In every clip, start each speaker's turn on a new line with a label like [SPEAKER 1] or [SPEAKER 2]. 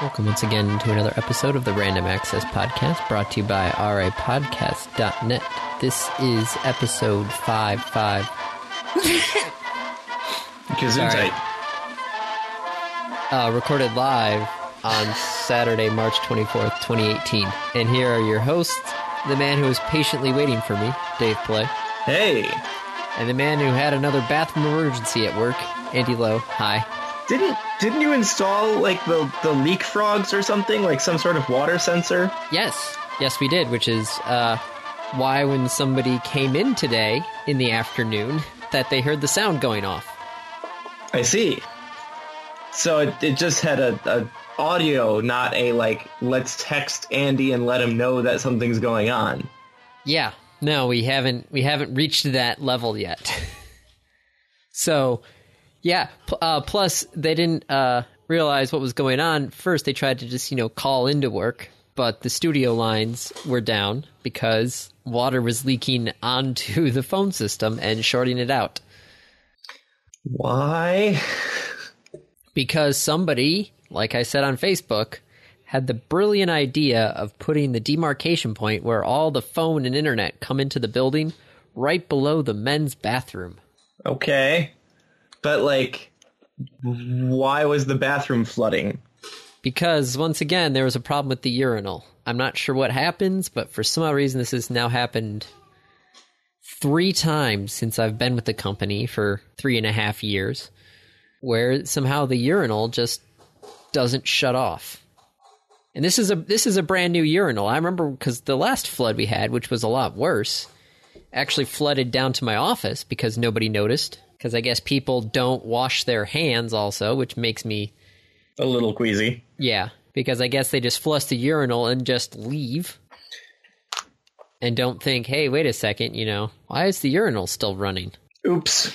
[SPEAKER 1] welcome once again to another episode of the Random Access Podcast brought to you by rapodcast.net. This is episode 55.
[SPEAKER 2] Gesundheit.
[SPEAKER 1] uh, recorded live on Saturday, March 24th, 2018. And here are your hosts the man who was patiently waiting for me, Dave Play,
[SPEAKER 2] Hey,
[SPEAKER 1] and the man who had another bathroom emergency at work, Andy Lowe. Hi.
[SPEAKER 2] didn't didn't you install like the the leak frogs or something like some sort of water sensor?
[SPEAKER 1] Yes, yes, we did, which is uh, why when somebody came in today in the afternoon that they heard the sound going off.
[SPEAKER 2] I see. So it, it just had a, a audio, not a like let's text Andy and let him know that something's going on.
[SPEAKER 1] Yeah. No, we haven't we haven't reached that level yet. so, yeah, pl- uh, plus they didn't uh realize what was going on. First they tried to just, you know, call into work, but the studio lines were down because water was leaking onto the phone system and shorting it out
[SPEAKER 2] Why?
[SPEAKER 1] because somebody, like I said on Facebook, had the brilliant idea of putting the demarcation point where all the phone and internet come into the building right below the men's bathroom.
[SPEAKER 2] Okay. But like why was the bathroom flooding?
[SPEAKER 1] Because once again, there was a problem with the urinal. I'm not sure what happens, but for some odd reason, this has now happened three times since I've been with the company for three and a half years, where somehow the urinal just doesn't shut off. And this is a this is a brand new urinal. I remember because the last flood we had, which was a lot worse, actually flooded down to my office because nobody noticed. Because I guess people don't wash their hands also, which makes me
[SPEAKER 2] A little queasy.
[SPEAKER 1] yeah, because I guess they just flush the urinal and just leave. And don't think, hey, wait a second, you know, why is the urinal still running?
[SPEAKER 2] Oops.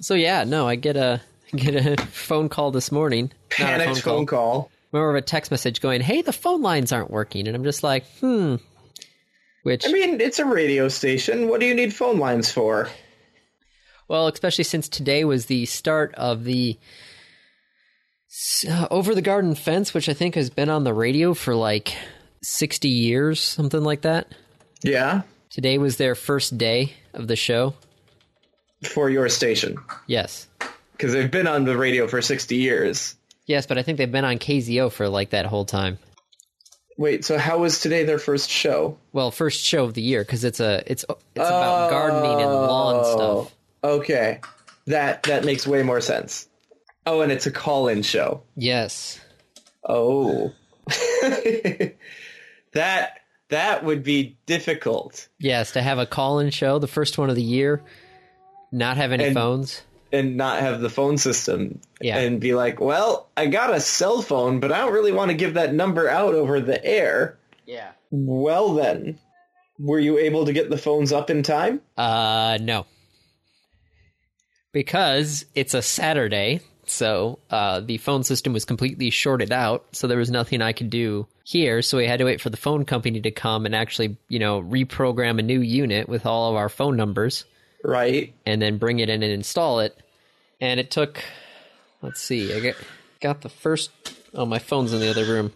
[SPEAKER 1] So yeah, no, I get a get a phone call this morning. Not a
[SPEAKER 2] Panicked
[SPEAKER 1] phone call.
[SPEAKER 2] phone call.
[SPEAKER 1] More of a text message going, Hey, the phone lines aren't working and I'm just like, hmm. Which
[SPEAKER 2] I mean, it's a radio station. What do you need phone lines for?
[SPEAKER 1] Well, especially since today was the start of the uh, Over the Garden Fence, which I think has been on the radio for like 60 years, something like that.
[SPEAKER 2] Yeah.
[SPEAKER 1] Today was their first day of the show.
[SPEAKER 2] For your station.
[SPEAKER 1] Yes.
[SPEAKER 2] because they've been on the radio for 60 years.
[SPEAKER 1] Yes, but I think they've been on KZO for like that whole time.
[SPEAKER 2] Wait, so how was today their first show?
[SPEAKER 1] Well, first show of the year cuz it's a it's it's about gardening and lawn stuff.
[SPEAKER 2] Okay. That that makes way more sense. Oh, and it's a call-in show.
[SPEAKER 1] Yes.
[SPEAKER 2] Oh. that that would be difficult.
[SPEAKER 1] Yes, to have a call-in show, the first one of the year, not have any
[SPEAKER 2] And-
[SPEAKER 1] phones.
[SPEAKER 2] And not have the phone system
[SPEAKER 1] Yeah.
[SPEAKER 2] and be like, well, I got a cell phone, but I don't really want to give that number out over the air.
[SPEAKER 1] Yeah.
[SPEAKER 2] Well, then, were you able to get the phones up in time?
[SPEAKER 1] Uh, no. Because it's a Saturday, so uh, the phone system was completely shorted out, so there was nothing I could do here, so we had to wait for the phone company to come and actually, you know, reprogram a new unit with all of our phone numbers
[SPEAKER 2] Right.
[SPEAKER 1] and then bring it in and install it. And it took, let's see, I got, got the first. Oh, my phone's in the other room.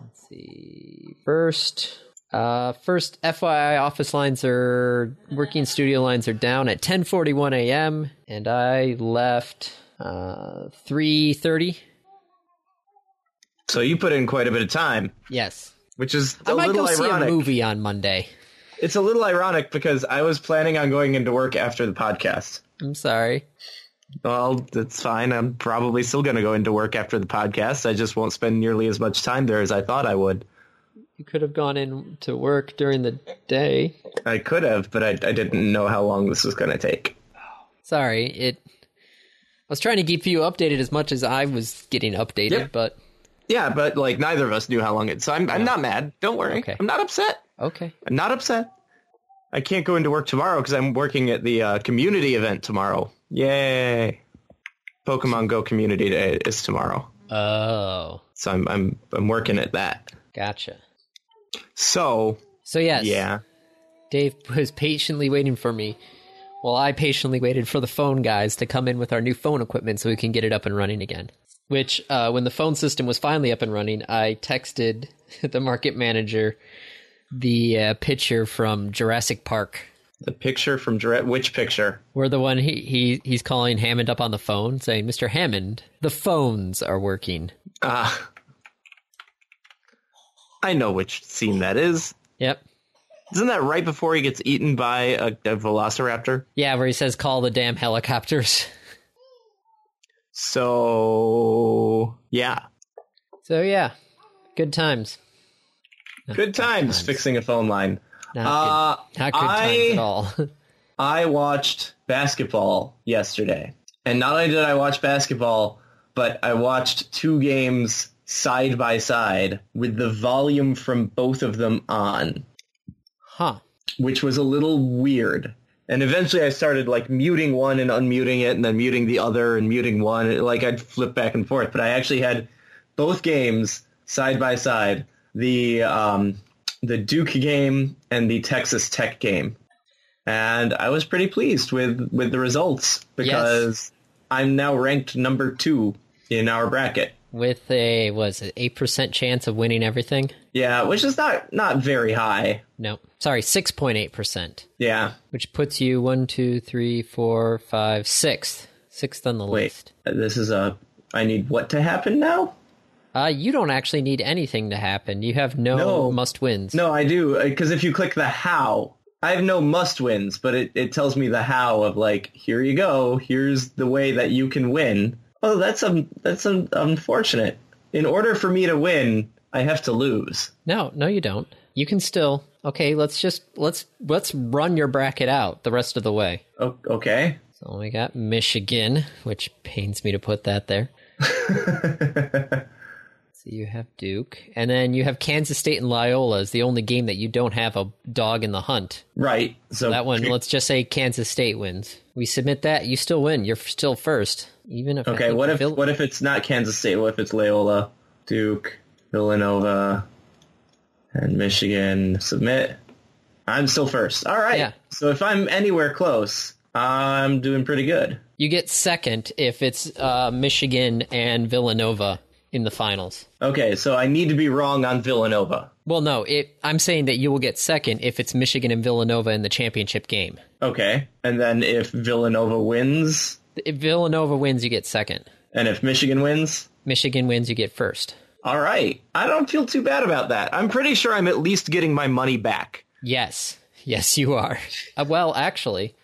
[SPEAKER 1] let's see, first. Uh, first, FYI, office lines are working. Studio lines are down at 10:41 a.m. and I left uh 3:30.
[SPEAKER 2] So you put in quite a bit of time.
[SPEAKER 1] Yes,
[SPEAKER 2] which is
[SPEAKER 1] I
[SPEAKER 2] a
[SPEAKER 1] might go
[SPEAKER 2] little
[SPEAKER 1] see
[SPEAKER 2] ironic.
[SPEAKER 1] a movie on Monday.
[SPEAKER 2] It's a little ironic because I was planning on going into work after the podcast.
[SPEAKER 1] I'm sorry.
[SPEAKER 2] Well, that's fine. I'm probably still going to go into work after the podcast. I just won't spend nearly as much time there as I thought I would.
[SPEAKER 1] You could have gone in to work during the day.
[SPEAKER 2] I could have, but I, I didn't know how long this was going to take.
[SPEAKER 1] Sorry, it. I was trying to keep you updated as much as I was getting updated,
[SPEAKER 2] Yep.
[SPEAKER 1] but
[SPEAKER 2] Yeah, but like neither of us knew how long it. So I'm I'm not mad. Don't worry.
[SPEAKER 1] Okay.
[SPEAKER 2] I'm not upset.
[SPEAKER 1] okay.
[SPEAKER 2] I'm not upset. I can't go into work tomorrow because I'm working at the uh, community event tomorrow. Yay! Pokemon Go Community Day is tomorrow,
[SPEAKER 1] Oh,
[SPEAKER 2] so I'm I'm I'm working at that.
[SPEAKER 1] gotcha.
[SPEAKER 2] So
[SPEAKER 1] So yes,
[SPEAKER 2] yeah,
[SPEAKER 1] Dave was patiently waiting for me while I patiently waited for the phone guys to come in with our new phone equipment so we can get it up and running again. Which, uh, when the phone system was finally up and running, I texted the market manager the uh, picture from Jurassic Park.
[SPEAKER 2] The picture from Jura- which picture?
[SPEAKER 1] We're the one he, he he's calling Hammond up on the phone, saying, "Mr. Hammond, the phones are working."
[SPEAKER 2] Ah, I know which scene that is.
[SPEAKER 1] Yep.
[SPEAKER 2] Isn't that right before he gets eaten by a, a velociraptor?
[SPEAKER 1] Yeah, where he says, "Call the damn helicopters."
[SPEAKER 2] So yeah,
[SPEAKER 1] So yeah, good times.
[SPEAKER 2] good times fixing a phone line.
[SPEAKER 1] Not
[SPEAKER 2] Uh,
[SPEAKER 1] good, not good
[SPEAKER 2] I-
[SPEAKER 1] times at all.
[SPEAKER 2] I watched basketball yesterday. And not only did I watch basketball, but I watched two games side by side with the volume from both of them on,
[SPEAKER 1] huh.
[SPEAKER 2] which was a little weird. And eventually I started like muting one and unmuting it and then muting the other and muting one. It- Like I'd flip back and forth, but I actually had both games side by side. The um, the Duke game and the Texas Tech game, and I was pretty pleased with with the results because I'm now ranked number two in our bracket.
[SPEAKER 1] With a was it eight percent chance of winning everything?
[SPEAKER 2] Yeah, which is not not very high.
[SPEAKER 1] No, sorry, six point eight percent,
[SPEAKER 2] Yeah,
[SPEAKER 1] which puts you one, two, three, four, five, sixth, sixth on the
[SPEAKER 2] wait,
[SPEAKER 1] list.
[SPEAKER 2] this is a. I need what to happen now?
[SPEAKER 1] Uh, you don't actually need anything to happen. You have no,
[SPEAKER 2] No.
[SPEAKER 1] must wins.
[SPEAKER 2] No, I do because if you click the how, I have no must wins, but it, it tells me the how of like here you go, here's the way that you can win. Oh, that's um that's um, unfortunate. In order for me to win, I have to lose.
[SPEAKER 1] no, no, you don't. You can still okay. Let's just let's let's run your bracket out the rest of the way.
[SPEAKER 2] O- okay.
[SPEAKER 1] So we got Michigan, which pains me to put that there. so you have Duke, and then you have Kansas State and Loyola is the only game that you don't have a dog in the hunt.
[SPEAKER 2] Right. So
[SPEAKER 1] That one, let's just say Kansas State wins. We submit that, you still win. You're still first, even if I
[SPEAKER 2] Okay,
[SPEAKER 1] think
[SPEAKER 2] what if
[SPEAKER 1] Phil-
[SPEAKER 2] what if it's not Kansas State? What if it's Loyola, Duke, Villanova, and Michigan? Submit. I'm still first. All right.
[SPEAKER 1] Yeah.
[SPEAKER 2] So if I'm anywhere close, I'm doing pretty good.
[SPEAKER 1] you get second if it's uh, Michigan and Villanova in the finals.
[SPEAKER 2] Okay, so I need to be wrong on Villanova.
[SPEAKER 1] Well, no, it, I'm saying that you will get second if it's Michigan and Villanova in the championship game.
[SPEAKER 2] Okay, and then if Villanova wins,
[SPEAKER 1] If Villanova wins, you get second.
[SPEAKER 2] and if Michigan wins,
[SPEAKER 1] Michigan wins, you get first.
[SPEAKER 2] all right. I don't feel too bad about that. I'm pretty sure I'm at least getting my money back.
[SPEAKER 1] Yes. Yes, you are. Uh, well, actually,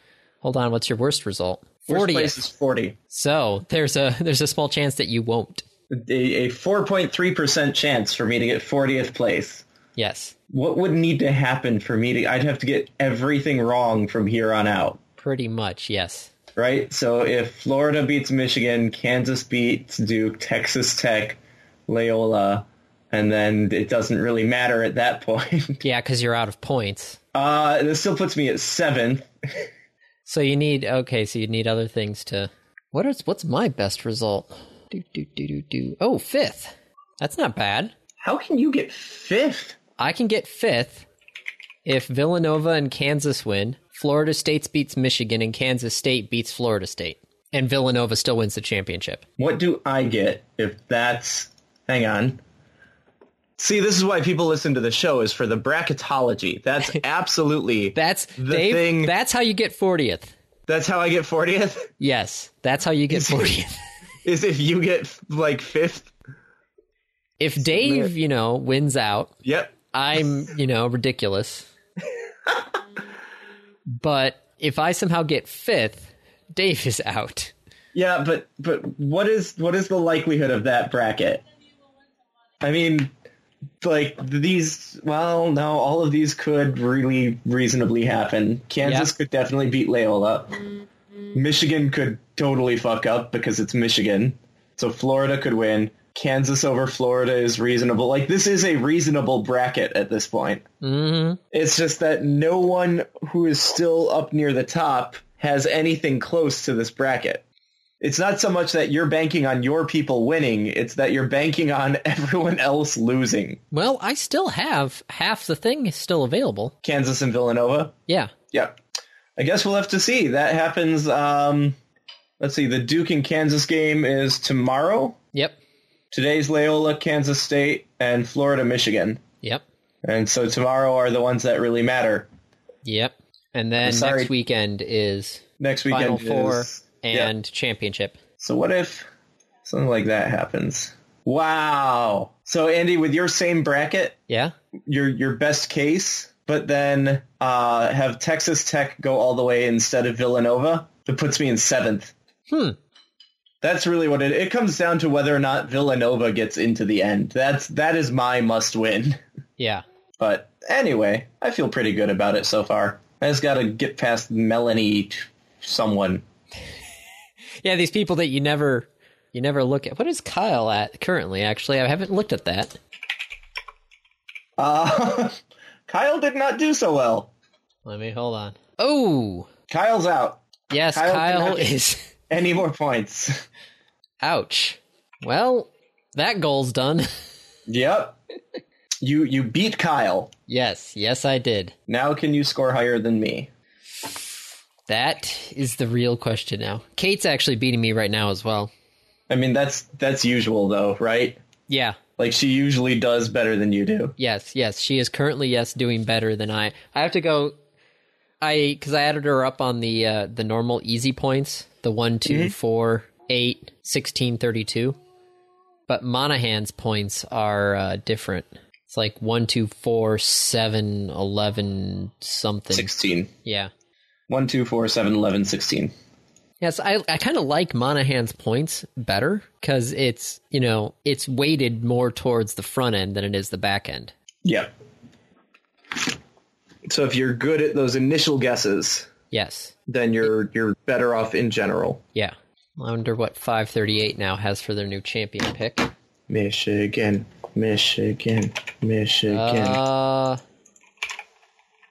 [SPEAKER 1] hold on. What's your worst result?
[SPEAKER 2] Worst
[SPEAKER 1] 40th.
[SPEAKER 2] place is forty.
[SPEAKER 1] So there's a there's a small chance that you won't.
[SPEAKER 2] A, a 4.3% chance for me to get 40th place.
[SPEAKER 1] Yes.
[SPEAKER 2] What would need to happen for me to? I'd have to get everything wrong from here on out,
[SPEAKER 1] Pretty much, yes.
[SPEAKER 2] right? So if Florida beats Michigan, Kansas beats Duke, Texas Tech, Loyola, and then it doesn't really matter at that point.
[SPEAKER 1] Yeah, because you're out of points.
[SPEAKER 2] Uh, this still puts me at seventh.
[SPEAKER 1] So you need okay, so you need other things to what is what's my best result? Do do do do do. Oh, fifth. That's not bad.
[SPEAKER 2] How can you get fifth?
[SPEAKER 1] I can get fifth if Villanova and Kansas win, Florida State beats Michigan, and Kansas State beats Florida State. And Villanova still wins the championship.
[SPEAKER 2] What do I get if that's? Hang on. See, this is why people listen to the show is for the bracketology. That's absolutely
[SPEAKER 1] That's
[SPEAKER 2] The
[SPEAKER 1] Dave,
[SPEAKER 2] thing-
[SPEAKER 1] That's how you get fortieth.
[SPEAKER 2] that's how I get fortieth.
[SPEAKER 1] Yes, that's how you get fortieth.
[SPEAKER 2] Is if you get like fifth.
[SPEAKER 1] if Dave, you know, wins out,
[SPEAKER 2] Yep.
[SPEAKER 1] I'm, you know, ridiculous. but if I somehow get fifth, Dave is out.
[SPEAKER 2] Yeah, but but what is what is the likelihood of that bracket? I mean, like these. Well, no, all of these could really reasonably happen. Kansas
[SPEAKER 1] Yeah.
[SPEAKER 2] could definitely beat Loyola. Michigan could totally fuck up because it's Michigan. So Florida could win. Kansas over Florida is reasonable. Like this is a reasonable bracket at this point. It's just that no one who is still up near the top has anything close to this bracket. It's not so much that you're banking on your people winning, it's that you're banking on everyone else losing.
[SPEAKER 1] Well, I still have half the thing is still available.
[SPEAKER 2] Kansas and Villanova?
[SPEAKER 1] Yeah.
[SPEAKER 2] Yeah. I guess we'll have to see. That happens. Um, let's see. The Duke and Kansas game is tomorrow.
[SPEAKER 1] Yep.
[SPEAKER 2] Today's Loyola, Kansas State, and Florida, Michigan.
[SPEAKER 1] Yep.
[SPEAKER 2] And so tomorrow are the ones that really matter.
[SPEAKER 1] Yep. And then
[SPEAKER 2] sorry.
[SPEAKER 1] next weekend is
[SPEAKER 2] Next
[SPEAKER 1] Final
[SPEAKER 2] weekend
[SPEAKER 1] Four
[SPEAKER 2] is yeah.
[SPEAKER 1] and championship.
[SPEAKER 2] So what if something like that happens? Wow. So Andy, with your same bracket,
[SPEAKER 1] Yeah.
[SPEAKER 2] your your best case, but then uh, have Texas Tech go all the way instead of Villanova. That puts me in seventh.
[SPEAKER 1] Hmm.
[SPEAKER 2] That's really what it. It comes down to whether or not Villanova gets into the end. That's that is my must win.
[SPEAKER 1] Yeah.
[SPEAKER 2] But anyway, I feel pretty good about it so far. I just got to get past Melanie, t- someone.
[SPEAKER 1] Yeah, these people that you never you never look at. What is Kyle at currently actually? I haven't looked at that.
[SPEAKER 2] Uh, Kyle did not do so well.
[SPEAKER 1] Let me hold on. Oh,
[SPEAKER 2] Kyle's out.
[SPEAKER 1] yes,
[SPEAKER 2] Kyle
[SPEAKER 1] Kyle
[SPEAKER 2] cannot-
[SPEAKER 1] is
[SPEAKER 2] Any more points?
[SPEAKER 1] ouch. Well, that goal's done.
[SPEAKER 2] yep. You you beat Kyle.
[SPEAKER 1] yes, yes I did.
[SPEAKER 2] Now can you score higher than me?
[SPEAKER 1] That is the real question now. Kate's actually beating me right now as well.
[SPEAKER 2] I mean that's that's usual though, right?
[SPEAKER 1] Yeah.
[SPEAKER 2] Like she usually does better than you do.
[SPEAKER 1] Yes, yes. She is currently yes doing better than I. I have to go I cuz I added her up on the uh the normal easy points, the one, two, four, eight, sixteen, thirty-two. But Monahan's points are uh different. It's like one, two, four, seven, eleven, something.
[SPEAKER 2] 16.
[SPEAKER 1] Yeah.
[SPEAKER 2] 1 two, four, seven, 11 16.
[SPEAKER 1] Yes, I I kind of like Monahan's points better cuz it's, you know, it's weighted more towards the front end than it is the back end.
[SPEAKER 2] Yep. So if you're good at those initial guesses,
[SPEAKER 1] Yes.
[SPEAKER 2] then you're you're better off in general.
[SPEAKER 1] Yeah. I wonder what 538 now has for their new champion pick.
[SPEAKER 2] Michigan, Michigan, Michigan.
[SPEAKER 1] Uh,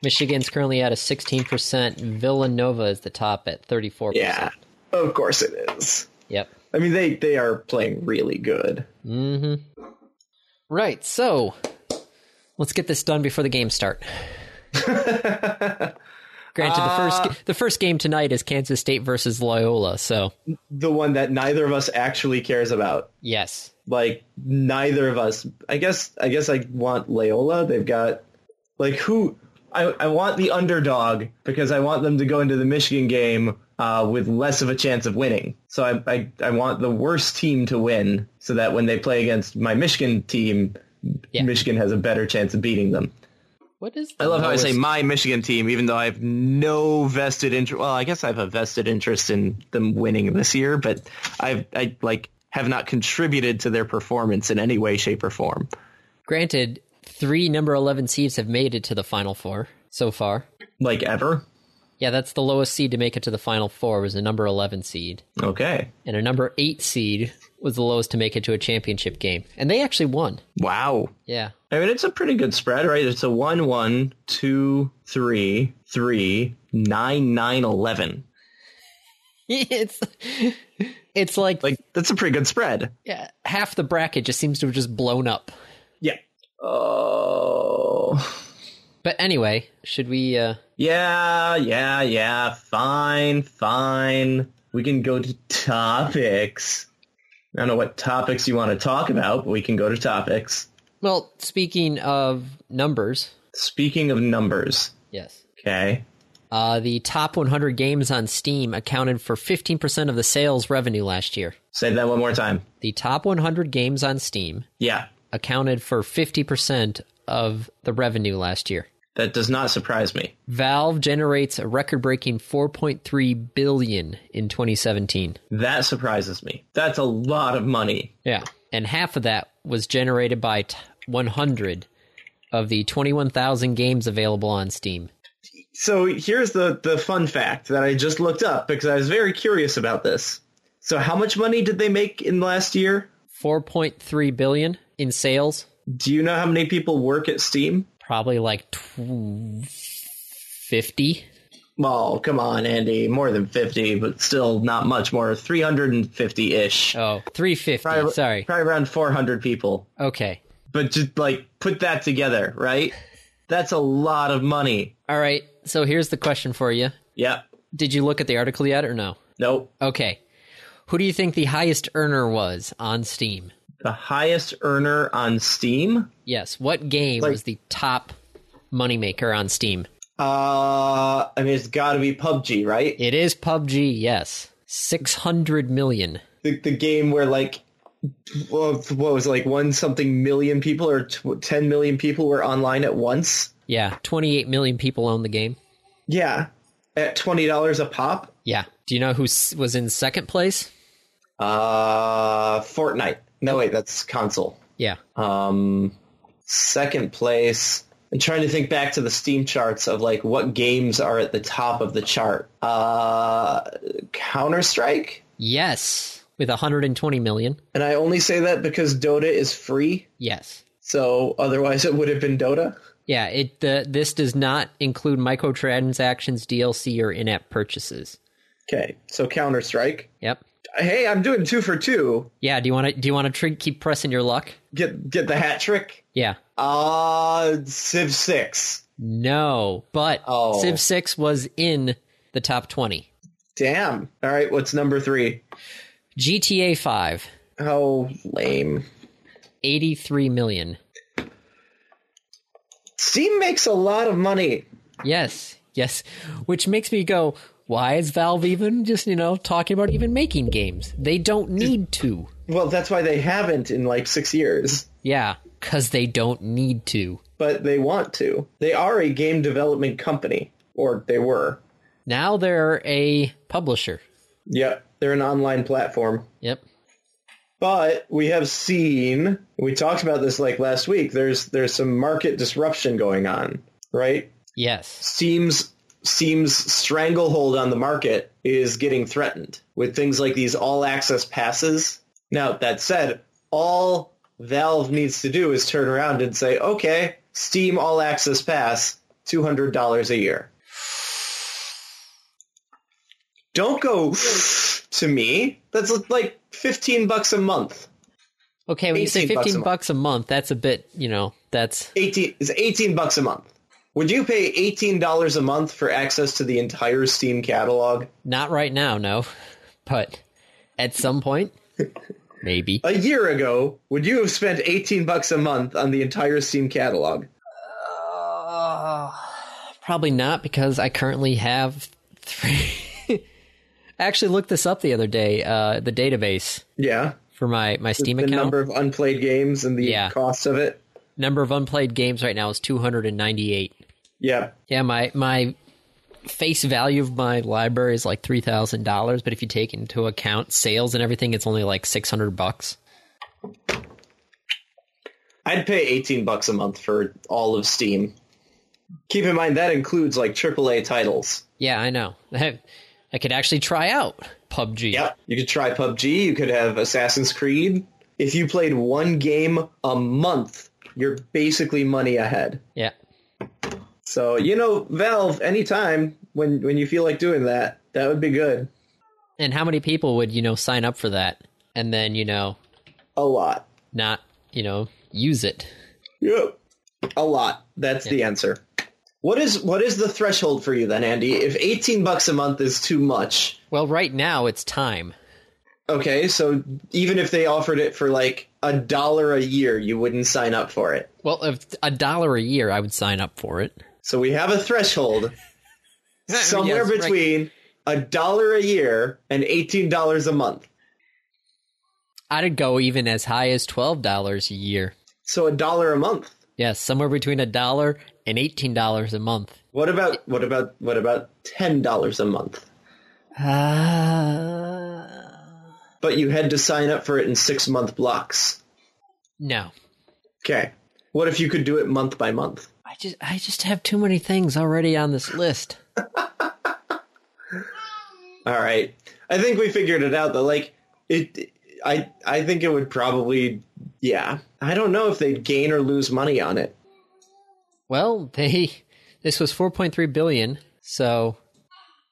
[SPEAKER 1] Michigan's currently at a 16%. Villanova is the top at 34%.
[SPEAKER 2] yeah. Of course it is.
[SPEAKER 1] Yep.
[SPEAKER 2] I mean they they are playing really good.
[SPEAKER 1] Right. So let's get this done before the games start. Granted,
[SPEAKER 2] Uh,
[SPEAKER 1] the first the first game tonight is Kansas State versus Loyola. So
[SPEAKER 2] The one that neither of us actually cares about.
[SPEAKER 1] yes,
[SPEAKER 2] like neither of us i guess i guess i want layola they've got like who i, I want the underdog because i want them to go into the michigan game uh, with less of a chance of winning so I, I, I want the worst team to win so that when they play against my michigan team
[SPEAKER 1] Yeah.
[SPEAKER 2] michigan has a better chance of beating them
[SPEAKER 1] what is?
[SPEAKER 2] I love how I say my Michigan team, even though I have no vested interest. Well, I guess I have a vested interest in them winning this year, but I've I like have not contributed to their performance in any way, shape, or form.
[SPEAKER 1] Granted, three number eleven seeds have made it to the final four so far.
[SPEAKER 2] Like ever.
[SPEAKER 1] Yeah, that's the lowest seed to make it to the final four was a number 11 seed.
[SPEAKER 2] Okay.
[SPEAKER 1] And a number 8 seed was the lowest to make it to a championship game. And they actually won.
[SPEAKER 2] Wow.
[SPEAKER 1] Yeah.
[SPEAKER 2] I mean, it's a pretty good spread, right? It's a one, one, two, three, three, nine, nine, eleven.
[SPEAKER 1] it's it's like,
[SPEAKER 2] Like that's a pretty good spread.
[SPEAKER 1] yeah, half the bracket just seems to have just blown up.
[SPEAKER 2] Yeah. Oh.
[SPEAKER 1] But anyway, should we uh
[SPEAKER 2] Yeah, yeah, yeah. Fine, fine. We can go to topics. I don't know what topics you want to talk about, but we can go to topics.
[SPEAKER 1] well, speaking of numbers,
[SPEAKER 2] Speaking of numbers,
[SPEAKER 1] yes.
[SPEAKER 2] okay.
[SPEAKER 1] Uh, the top 100 games on Steam accounted for 15% of the sales revenue last year.
[SPEAKER 2] Say that one more time.
[SPEAKER 1] The top 100 games on Steam
[SPEAKER 2] Yeah,
[SPEAKER 1] accounted for 50% of the revenue last year.
[SPEAKER 2] that does not surprise me.
[SPEAKER 1] Valve generates a record-breaking 4.3 billion in 2017.
[SPEAKER 2] That surprises me. That's a lot of money.
[SPEAKER 1] Yeah, and half of that was generated by t- 100 of the 21,000 games available on Steam.
[SPEAKER 2] So here's the, the fun fact that I just looked up because I was very curious about this. So how much money did they make in last year?
[SPEAKER 1] 4.3 billion in sales,
[SPEAKER 2] Do you know how many people work at Steam?
[SPEAKER 1] probably like tw- 50.
[SPEAKER 2] Well, come on, Andy. More than 50, but still not much more. 350 ish.
[SPEAKER 1] Oh, 350. sorry.
[SPEAKER 2] Probably around 400 people.
[SPEAKER 1] Okay.
[SPEAKER 2] But just like put that together, right? That's a lot of money.
[SPEAKER 1] All right. So here's the question for you.
[SPEAKER 3] Yep.
[SPEAKER 1] Did you look at the article yet or no?
[SPEAKER 3] Nope.
[SPEAKER 1] Okay. Who do you think the highest earner was on Steam?
[SPEAKER 3] The highest earner on Steam?
[SPEAKER 1] Yes. What game
[SPEAKER 2] Like-
[SPEAKER 1] was the top moneymaker on Steam?
[SPEAKER 2] Uh, I mean, it's got to be PUBG, right?
[SPEAKER 1] It is PUBG, yes. 600 million.
[SPEAKER 2] The, the game where like, well, what was it, like one something million people or tw- ten million people were online at once?
[SPEAKER 1] Yeah, 28 million people own the game.
[SPEAKER 2] Yeah, at twenty dollars a pop.
[SPEAKER 1] Yeah. Do you know who s- was in second place?
[SPEAKER 2] Uh, Fortnite. No, wait, that's console.
[SPEAKER 1] Yeah.
[SPEAKER 2] Um, second place. I'm trying to think back to the Steam charts of like what games are at the top of the chart. Uh, Counter Strike,
[SPEAKER 1] Yes, with 120 million.
[SPEAKER 2] and I only say that because Dota is free.
[SPEAKER 1] Yes.
[SPEAKER 2] So otherwise, it would have been Dota.
[SPEAKER 1] Yeah, it the this does not include microtransactions, DLC or in-app purchases.
[SPEAKER 2] Okay, so Counter Strike.
[SPEAKER 1] Yep.
[SPEAKER 2] Hey, I'm doing two for two.
[SPEAKER 1] Yeah, do you want to do you want to tr- keep pressing your luck?
[SPEAKER 2] Get get the hat trick.
[SPEAKER 1] Yeah.
[SPEAKER 2] Uh Civ Six.
[SPEAKER 1] No, but
[SPEAKER 2] Oh.
[SPEAKER 1] Civ 6 was in the top 20.
[SPEAKER 2] Damn. All right, what's number three?
[SPEAKER 1] GTA 5,
[SPEAKER 2] How lame.
[SPEAKER 1] 83 million.
[SPEAKER 2] Steam makes a lot of money.
[SPEAKER 1] Yes, yes. Which makes me go, why is Valve even just, you know, talking about even making games? They don't need to.
[SPEAKER 2] Well, that's why they haven't in like six years.
[SPEAKER 1] Yeah, because they don't need to.
[SPEAKER 2] But they want to. They are a game development company, or they were.
[SPEAKER 1] Now they're a publisher.
[SPEAKER 2] Yep, they're an online platform.
[SPEAKER 1] Yep.
[SPEAKER 2] But we have seen we talked about this like last week. There's there's some market disruption going on, right?
[SPEAKER 1] Yes.
[SPEAKER 2] Steam's Steam's stranglehold on the market is getting threatened with things like these all access passes. Now that said, all Valve needs to do is turn around and say, okay, Steam all access pass, two hundred dollars a year. Don't go to me. That's like fifteen bucks a month.
[SPEAKER 1] Okay, when you say
[SPEAKER 2] 18 bucks a
[SPEAKER 1] 15
[SPEAKER 2] month.
[SPEAKER 1] bucks a month, that's a bit, you know, that's
[SPEAKER 2] 18 is 18 bucks a month. Would you pay $18 a month for access to the entire Steam catalog?
[SPEAKER 1] not right now, no. But at some point, maybe.
[SPEAKER 2] A year ago, would you have spent 18 bucks a month on the entire Steam catalog?
[SPEAKER 1] Probably not because I currently have three. I actually looked this up the other day, uh, the database
[SPEAKER 2] Yeah.
[SPEAKER 1] for my, my Steam
[SPEAKER 2] The
[SPEAKER 1] account.
[SPEAKER 2] number of unplayed games and the
[SPEAKER 1] Yeah.
[SPEAKER 2] cost of it.
[SPEAKER 1] Number of unplayed games right now is 298.
[SPEAKER 2] Yeah.
[SPEAKER 1] Yeah, my, my face value of my library is like $3,000, but if you take into account sales and everything, it's only like 600 bucks.
[SPEAKER 2] I'd pay 18 bucks a month for all of Steam. Keep in mind that includes like AAA titles.
[SPEAKER 1] Yeah, I know. I, could actually try out PUBG.
[SPEAKER 2] Yep. You could try PUBG. You could have Assassin's Creed. If you played one game a month, you're basically money ahead.
[SPEAKER 1] Yeah.
[SPEAKER 2] So you know, Valve, anytime when when you feel like doing that, that would be good.
[SPEAKER 1] And how many people would, you know, sign up for that and then, you know,
[SPEAKER 2] A lot.
[SPEAKER 1] not, you know, use it?
[SPEAKER 2] Yep. A lot. That's the answer. What is what is the threshold for you then, Andy? If eighteen bucks a month is too much,
[SPEAKER 1] Well, right now it's time.
[SPEAKER 2] okay, so even if they offered it for like a dollar a year, you wouldn't sign up for it.
[SPEAKER 1] Well, if a dollar a year, I would sign up for it.
[SPEAKER 2] So we have a threshold somewhere
[SPEAKER 1] Yes, right.
[SPEAKER 2] between a dollar a year and eighteen dollars a month.
[SPEAKER 1] I'd go even as high as twelve dollars a year.
[SPEAKER 2] So a dollar a month.
[SPEAKER 1] Yes, somewhere between a dollar and eighteen dollars a month.
[SPEAKER 2] What about what about what about ten dollars a month?
[SPEAKER 1] Uh,
[SPEAKER 2] but you had to sign up for it in six month blocks.
[SPEAKER 1] no,
[SPEAKER 2] Okay. What if you could do it month by month?
[SPEAKER 1] I just I just have too many things already on this list.
[SPEAKER 2] All right. I think we figured it out though. Like it, I I think it would probably yeah. I don't know if they'd gain or lose money on it.
[SPEAKER 1] Well, they this was four point three billion. So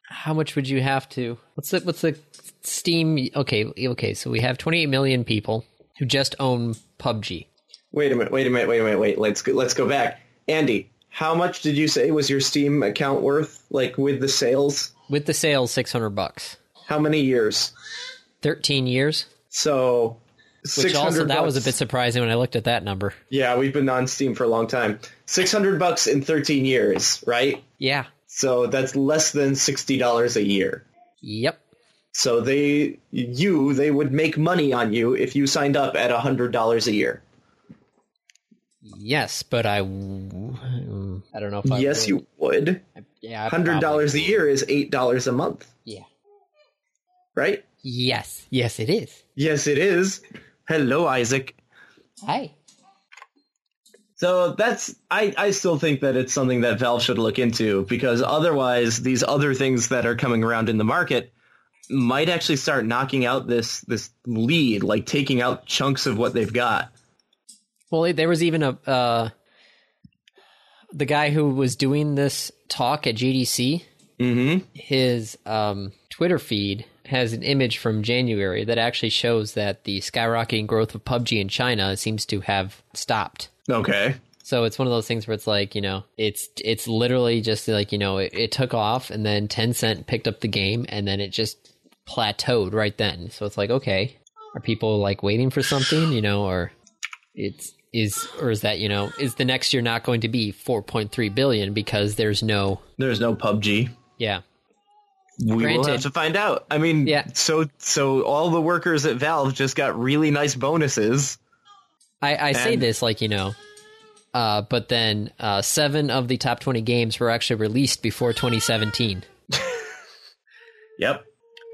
[SPEAKER 1] how much would you have to? What's the what's the Steam? Okay, okay. So we have twenty eight million people who just own PUBG.
[SPEAKER 2] Wait a minute. Wait a minute. Wait a minute. Wait. Let's go, let's go back. Andy, How much did you say was your Steam account worth, like with the sales?
[SPEAKER 1] With the sales, 600 bucks.
[SPEAKER 2] How many years?
[SPEAKER 1] 13 years.
[SPEAKER 2] So,
[SPEAKER 1] Which
[SPEAKER 2] 600
[SPEAKER 1] also, that was a
[SPEAKER 2] bucks-
[SPEAKER 1] bit surprising when I looked at that number.
[SPEAKER 2] Yeah, we've been on Steam for a long time. 600 bucks in 13 years, right?
[SPEAKER 1] Yeah.
[SPEAKER 2] So that's less than $60 a year.
[SPEAKER 1] Yep.
[SPEAKER 2] So they, you, they would make money on you if you signed up at $100 a year.
[SPEAKER 1] Yes, but I. w- I don't know if I.
[SPEAKER 2] yes,
[SPEAKER 1] really-
[SPEAKER 2] you would.
[SPEAKER 1] Yeah. I
[SPEAKER 2] $100
[SPEAKER 1] probably-
[SPEAKER 2] a year is $8 a month,
[SPEAKER 1] Yeah.
[SPEAKER 2] right?
[SPEAKER 1] Yes. Yes, it is.
[SPEAKER 2] Yes, it is. Hello, Isaac.
[SPEAKER 1] Hi.
[SPEAKER 2] So
[SPEAKER 3] that's
[SPEAKER 2] I, I still think that it's something that Valve should look into because otherwise these other things that are coming around in the market might actually start knocking out this this lead, like taking out chunks of what they've got.
[SPEAKER 1] Well, there was even a uh, the guy who was doing this talk at GDC.
[SPEAKER 2] Mm-hmm.
[SPEAKER 1] His um, Twitter feed has an image from January that actually shows that the skyrocketing growth of PUBG in China seems to have stopped.
[SPEAKER 2] Okay.
[SPEAKER 1] So it's one of those things where it's like you know, it's it's literally just like you know, it, it took off and then Tencent picked up the game and then it just plateaued right then. So it's like, okay, are people like waiting for something, you know, or it's is or is that you know, is the next year not going to be four point three billion because there's no
[SPEAKER 2] There's no PUBG.
[SPEAKER 1] yeah
[SPEAKER 2] We will
[SPEAKER 1] Granted.
[SPEAKER 2] have to find out. I mean,
[SPEAKER 1] Yeah.
[SPEAKER 2] So so all the workers at Valve just got really nice bonuses.
[SPEAKER 1] I, I say
[SPEAKER 2] And-
[SPEAKER 1] this like you know, uh, but then uh, seven of the top twenty games were actually released before 2017.
[SPEAKER 2] Yep.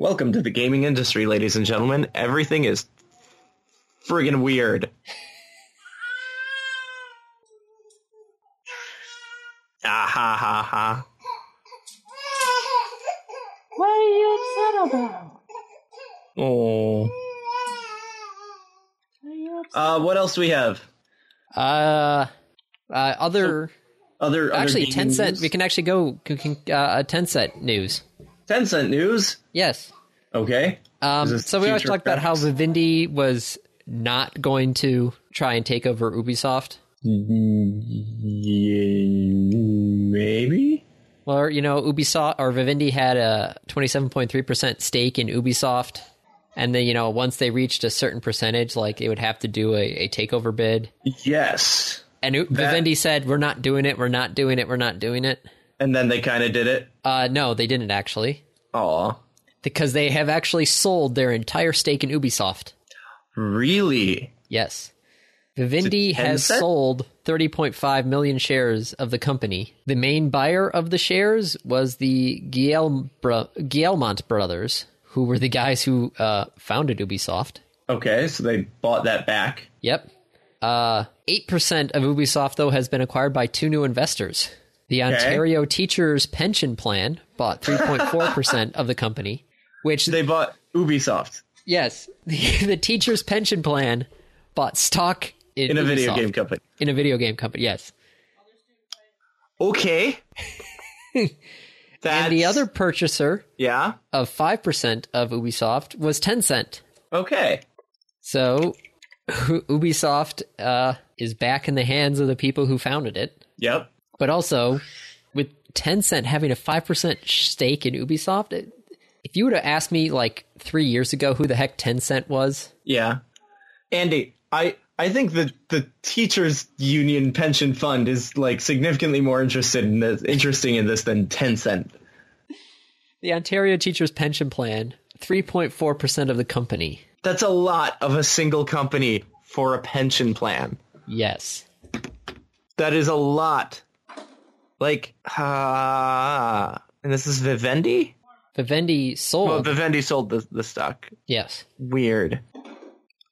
[SPEAKER 2] Welcome to the gaming industry, ladies and gentlemen. Everything is friggin' weird. ah ha ha ha.
[SPEAKER 4] What are you upset about?
[SPEAKER 2] Oh.
[SPEAKER 4] What are you upset
[SPEAKER 2] Uh, what else do we have?
[SPEAKER 1] Uh, uh, other
[SPEAKER 2] Other other
[SPEAKER 1] actually
[SPEAKER 2] gaming
[SPEAKER 1] Tencent.
[SPEAKER 2] news?
[SPEAKER 1] We can actually go c- can, uh, Tencent news.
[SPEAKER 2] Tencent news.
[SPEAKER 1] Yes.
[SPEAKER 2] Okay.
[SPEAKER 1] Um,
[SPEAKER 2] Is this
[SPEAKER 1] so we always
[SPEAKER 2] future
[SPEAKER 1] talk about how
[SPEAKER 2] graphics?
[SPEAKER 1] Vivendi was not going to try and take over Ubisoft.
[SPEAKER 2] maybe.
[SPEAKER 1] Well, you know, Ubisoft or Vivendi had a 27.3% stake in Ubisoft. And then, you know, once they reached a certain percentage, like it would have to do a, a takeover bid.
[SPEAKER 2] Yes.
[SPEAKER 1] And U- Vivendi said, we're not doing it, we're not doing it, we're not doing it.
[SPEAKER 2] And then they kind of did it.
[SPEAKER 1] Uh, no, they didn't actually.
[SPEAKER 2] Aw.
[SPEAKER 1] Because they have actually sold their entire stake in Ubisoft.
[SPEAKER 2] Really?
[SPEAKER 1] Yes. Vivendi has
[SPEAKER 2] Tencent?
[SPEAKER 1] sold 30.5 million shares of the company. The main buyer of the shares was the Guillaume bro- Guillemont brothers, who were the guys who uh, founded Ubisoft.
[SPEAKER 2] Okay, so they bought that back.
[SPEAKER 1] Yep. Uh, 8% of Ubisoft, though, has been acquired by two new investors. The Ontario Teachers Pension Plan bought 3.4% of the company, which,
[SPEAKER 2] They bought Ubisoft
[SPEAKER 1] yes, the, the Teachers Pension Plan bought stock in,
[SPEAKER 2] in a video
[SPEAKER 1] Ubisoft.
[SPEAKER 2] game company.
[SPEAKER 1] in a video game company. Yes.
[SPEAKER 2] Okay. That's,
[SPEAKER 1] And the other purchaser
[SPEAKER 2] Yeah.
[SPEAKER 1] of 5% of Ubisoft was Tencent.
[SPEAKER 2] Okay.
[SPEAKER 1] So Ubisoft uh, is back in the hands of the people who founded it.
[SPEAKER 2] Yep.
[SPEAKER 1] But also, with Tencent having a 5% stake in Ubisoft, it, if you would have asked me like three years ago who the heck Tencent was,
[SPEAKER 2] Yeah. Andy, I I think the the teachers union pension fund is like significantly more interested in this interesting in this than Tencent.
[SPEAKER 1] the Ontario Teachers Pension Plan, 3.4% of the company.
[SPEAKER 2] That's a lot of a single company for a pension plan.
[SPEAKER 1] Yes.
[SPEAKER 2] That is a lot. Like ah, and this is Vivendi?
[SPEAKER 1] Vivendi sold.
[SPEAKER 2] Well, Vivendi sold the the stock.
[SPEAKER 1] yes.
[SPEAKER 2] Weird.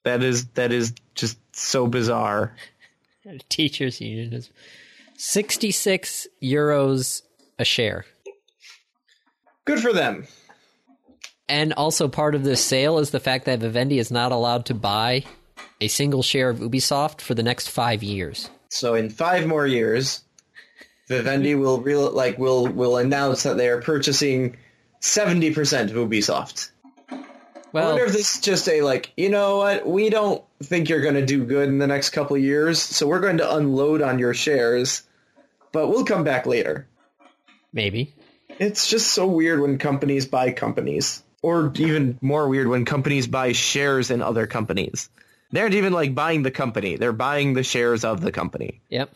[SPEAKER 2] That is that is just so bizarre.
[SPEAKER 1] teachers union is 66 euros a share
[SPEAKER 2] Good for them.
[SPEAKER 1] and also part of this sale is the fact that vivendi is not allowed to buy a single share of ubisoft for the next five years
[SPEAKER 2] So in five more years, Vivendi will real like will will announce that they are purchasing seventy percent of Ubisoft. I
[SPEAKER 1] well
[SPEAKER 2] wonder if this is just a like, you know what, we don't think you're going to do good in the next couple of years, so we're going to unload on your shares, but we'll come back later.
[SPEAKER 1] Maybe.
[SPEAKER 2] It's just so weird when companies buy companies. Or even more weird when companies buy shares in other companies. They aren't even like buying the company. They're buying the shares of the company,
[SPEAKER 1] Yep.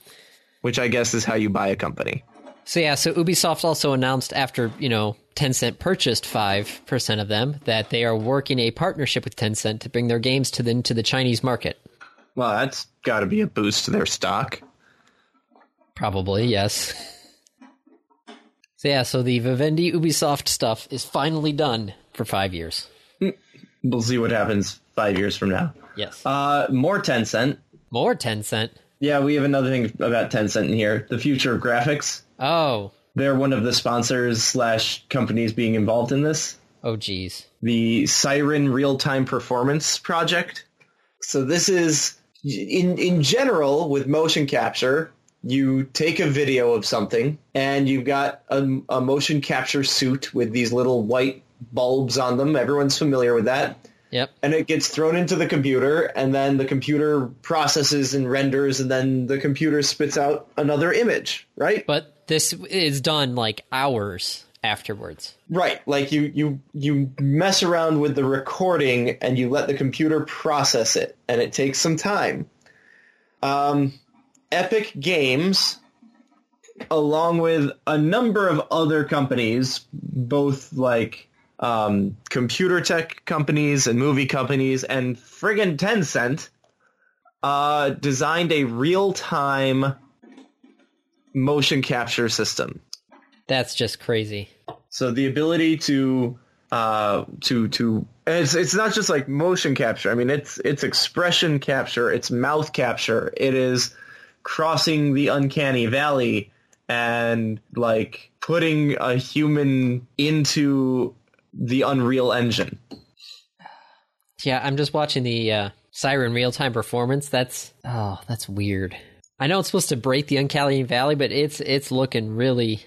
[SPEAKER 2] which I guess is how you buy a company.
[SPEAKER 1] So yeah, so Ubisoft also announced after, you know, Tencent purchased 5% of them that they are working a partnership with Tencent to bring their games to the, to the Chinese market.
[SPEAKER 2] Well, that's got to be a boost to their stock.
[SPEAKER 1] Probably, yes. So yeah, so the Vivendi Ubisoft stuff is finally done for 5 years.
[SPEAKER 2] We'll see what happens five years from now.
[SPEAKER 1] Yes.
[SPEAKER 2] Uh, more Tencent.
[SPEAKER 1] More Tencent.
[SPEAKER 2] Yeah, we have another thing about Tencent in here. The future of graphics.
[SPEAKER 1] Oh.
[SPEAKER 2] They're one of the sponsors slash companies being involved in this.
[SPEAKER 1] Oh geez.
[SPEAKER 2] the Siren Real Time Performance Project. So this is in in general with motion capture, you take a video of something and you've got a, a motion capture suit with these little white bulbs on them. Everyone's familiar with that.
[SPEAKER 1] Yep.
[SPEAKER 2] And it gets thrown into the computer, and then the computer processes and renders, and then the computer spits out another image, right?
[SPEAKER 1] But this is done like hours afterwards.
[SPEAKER 2] Right, like you you you mess around with the recording and you let the computer process it, and it takes some time. Um, Epic Games, along with a number of other companies, both like um, computer tech companies and movie companies, and friggin' Tencent, uh, designed a real time motion capture system.
[SPEAKER 1] That's just crazy.
[SPEAKER 2] So the ability to uh, to to and it's it's not just like motion capture. I mean, it's it's expression capture, it's mouth capture. It is crossing the uncanny valley and like putting a human into the Unreal Engine.
[SPEAKER 1] Yeah, I'm just watching the uh, Siren real time performance. That's oh, that's weird. I know it's supposed to break the uncanny valley, but it's it's looking really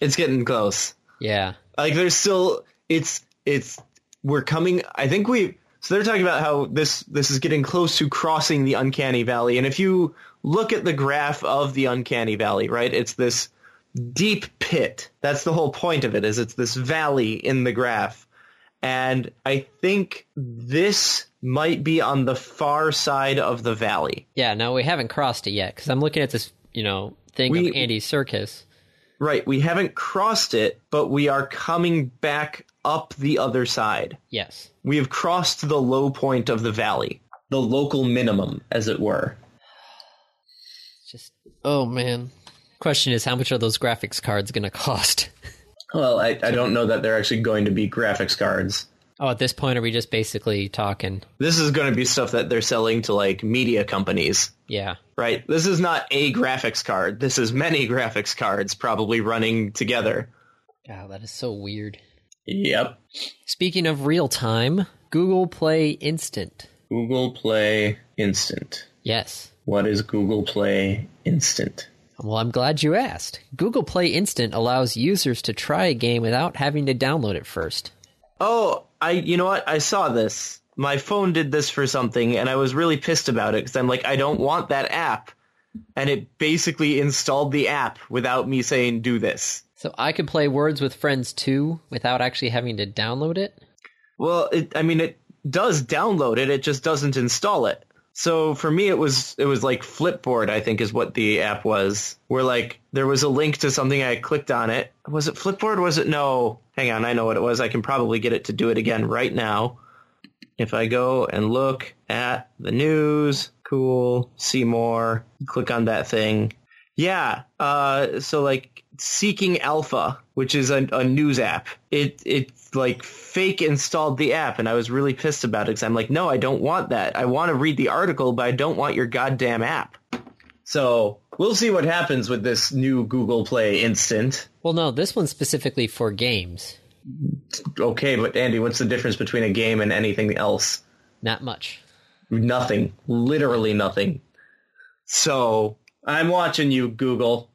[SPEAKER 2] It's getting close.
[SPEAKER 1] yeah.
[SPEAKER 2] like there's still it's it's we're coming i think we so they're talking about how this this is getting close to crossing the uncanny valley and if you look at the graph of the uncanny valley right it's this deep pit that's the whole point of it is it's this valley in the graph and i think this might be on the far side of the valley
[SPEAKER 1] Yeah, no, we haven't crossed it yet because I'm looking at this, you know, thing
[SPEAKER 2] We-
[SPEAKER 1] of Andy Circus.
[SPEAKER 2] right we haven't crossed it but we are coming back up the other side
[SPEAKER 1] Yes,
[SPEAKER 2] We have crossed the low point of the valley, the local minimum, as it were.
[SPEAKER 1] It's just oh man. Question is, how much are those graphics cards going to cost?
[SPEAKER 2] Well, I, I don't know that they're actually going to be graphics cards.
[SPEAKER 1] Oh, at this point, are we just basically talking?
[SPEAKER 2] This is going to be stuff that they're selling to like media companies,
[SPEAKER 1] Yeah,
[SPEAKER 2] right? This is not a graphics card. This is many graphics cards probably running together.
[SPEAKER 1] God, that is so weird.
[SPEAKER 2] Yep.
[SPEAKER 1] Speaking of real time, Google Play Instant.
[SPEAKER 2] Google Play Instant.
[SPEAKER 1] Yes.
[SPEAKER 2] What is Google Play Instant?
[SPEAKER 1] Well, I'm glad you asked. Google Play Instant allows users to try a game without having to download it first.
[SPEAKER 2] Oh, I you know what? I saw this. My phone did this for something and I was really pissed about it cuz I'm like I don't want that app. And it basically installed the app without me saying do this.
[SPEAKER 1] So I could play Words with Friends 2 without actually having to download it?
[SPEAKER 2] Well, it, I mean it does download it, it just doesn't install it. So for me it was it was like Flipboard I think is what the app was. Where like there was a link to something I clicked on it. Was it Flipboard? Was it no? Hang on, I know what it was. I can probably get it to do it again right now. If I go and look at the news, cool, see more, click on that thing. Yeah, uh, so like Seeking Alpha, which is a, a news app, it it like fake installed the app, and I was really pissed about it because I'm like, no, I don't want that. I want to read the article, but I don't want your goddamn app. So we'll see what happens with this new Google Play Instant.
[SPEAKER 1] Well, no, this one's specifically for games.
[SPEAKER 2] Okay, but Andy, what's the difference between a game and anything else?
[SPEAKER 1] Not much.
[SPEAKER 2] Nothing. Literally nothing. So I'm watching you, Google.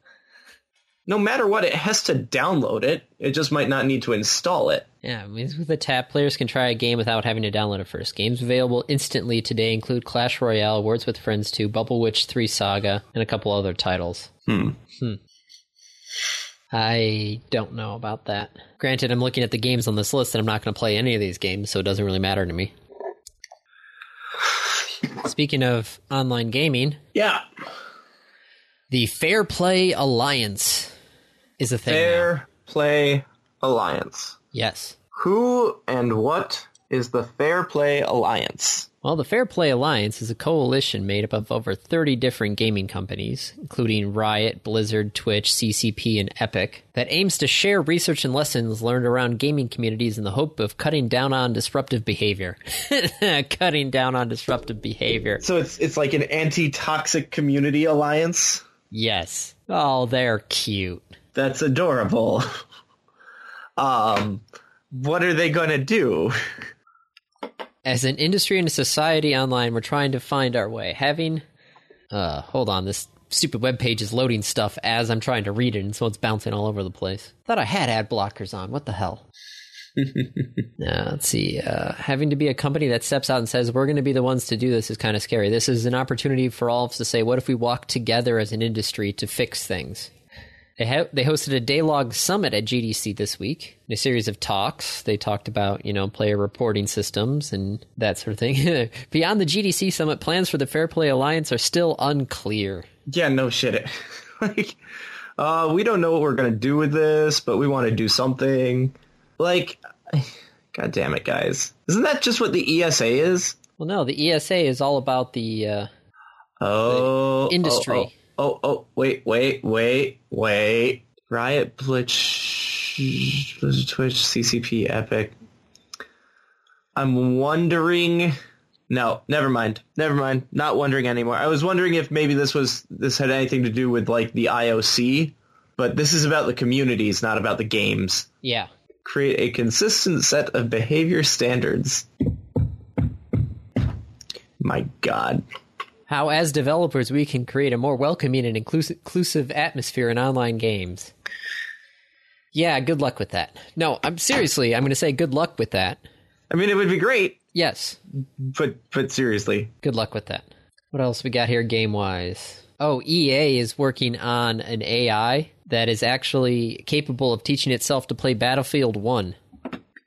[SPEAKER 2] no matter what, it has to download it. It just might not need to install it.
[SPEAKER 1] Yeah, I mean, with the tap, players can try a game without having to download it first. Games available instantly today include Clash Royale, Words with Friends 2, Bubble Witch 3 Saga, and a couple other titles.
[SPEAKER 2] Hmm.
[SPEAKER 1] I don't know about that. Granted, I'm looking at the games on this list and I'm not going to play any of these games, so it doesn't really matter to me. Speaking of online gaming,
[SPEAKER 2] Yeah.
[SPEAKER 1] the Fair Play Alliance is a thing. now.
[SPEAKER 2] Fair Play Alliance.
[SPEAKER 1] Yes.
[SPEAKER 2] Who and what is the Fair Play Alliance?
[SPEAKER 1] Well, the Fair Play Alliance is a coalition made up of over 30 different gaming companies, including Riot, Blizzard, Twitch, CCP, and Epic, that aims to share research and lessons learned around gaming communities in the hope of cutting down on disruptive behavior. cutting down on disruptive behavior.
[SPEAKER 2] So it's it's like an anti-toxic community alliance.
[SPEAKER 1] Yes. Oh, they're cute.
[SPEAKER 2] That's adorable. Um, what are they going to do?
[SPEAKER 1] As an industry and a society online, we're trying to find our way. Having. Uh, hold on, this stupid webpage is loading stuff as I'm trying to read it, and so it's bouncing all over the place. Thought I had ad blockers on. What the hell? Uh, let's see. Uh, having to be a company that steps out and says, we're going to be the ones to do this is kind of scary. This is an opportunity for all of us to say, what if we walk together as an industry to fix things? They, ho- they hosted a day-long summit at GDC this week. In a series of talks, they talked about you know player reporting systems and that sort of thing. Beyond the GDC summit, plans for the Fair Play Alliance are still unclear.
[SPEAKER 2] Yeah, no shit. like, uh, we don't know what we're going to do with this, but we want to do something. Like, god damn it, guys. Isn't that just what the ESA is?
[SPEAKER 1] Well, no, the ESA is all about the uh,
[SPEAKER 2] Oh,
[SPEAKER 1] industry.
[SPEAKER 2] Oh, oh, oh, oh, wait, wait, wait, wait. Riot, Blitch, Blizzard, Twitch, CCP, Epic. I'm wondering. No, never mind. Never mind. Not wondering anymore. I was wondering if maybe this was this had anything to do with like the IOC, but this is about the communities, not about the games.
[SPEAKER 1] yeah,
[SPEAKER 2] Create a consistent set of behavior standards. My God.
[SPEAKER 1] how as developers we can create a more welcoming and inclus- inclusive atmosphere in online games. Yeah, good luck with that. No, I'm seriously, I'm going to say good luck with that.
[SPEAKER 2] I mean, it would be great
[SPEAKER 1] Yes,
[SPEAKER 2] But but seriously,
[SPEAKER 1] good luck with that. What else we got here game wise? Oh, EA is working on an AI that is actually capable of teaching itself to play Battlefield 1.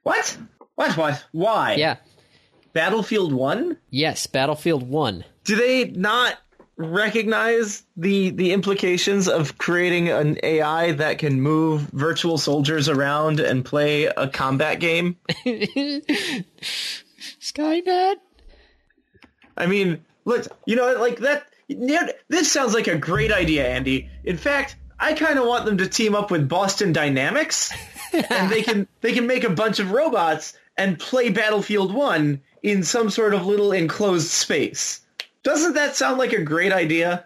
[SPEAKER 3] What? What? What? Why?
[SPEAKER 1] Yeah.
[SPEAKER 2] Battlefield One.
[SPEAKER 1] Yes, Battlefield 1.
[SPEAKER 2] Do they not recognize the the implications of creating an AI that can move virtual soldiers around and play a combat game?
[SPEAKER 1] Skynet?
[SPEAKER 2] I mean, look, you know, like that. yeah, This sounds like a great idea, Andy. In fact, I kind of want them to team up with Boston Dynamics, and they can they can make a bunch of robots and play Battlefield One in some sort of little enclosed space. Doesn't that sound like a great idea?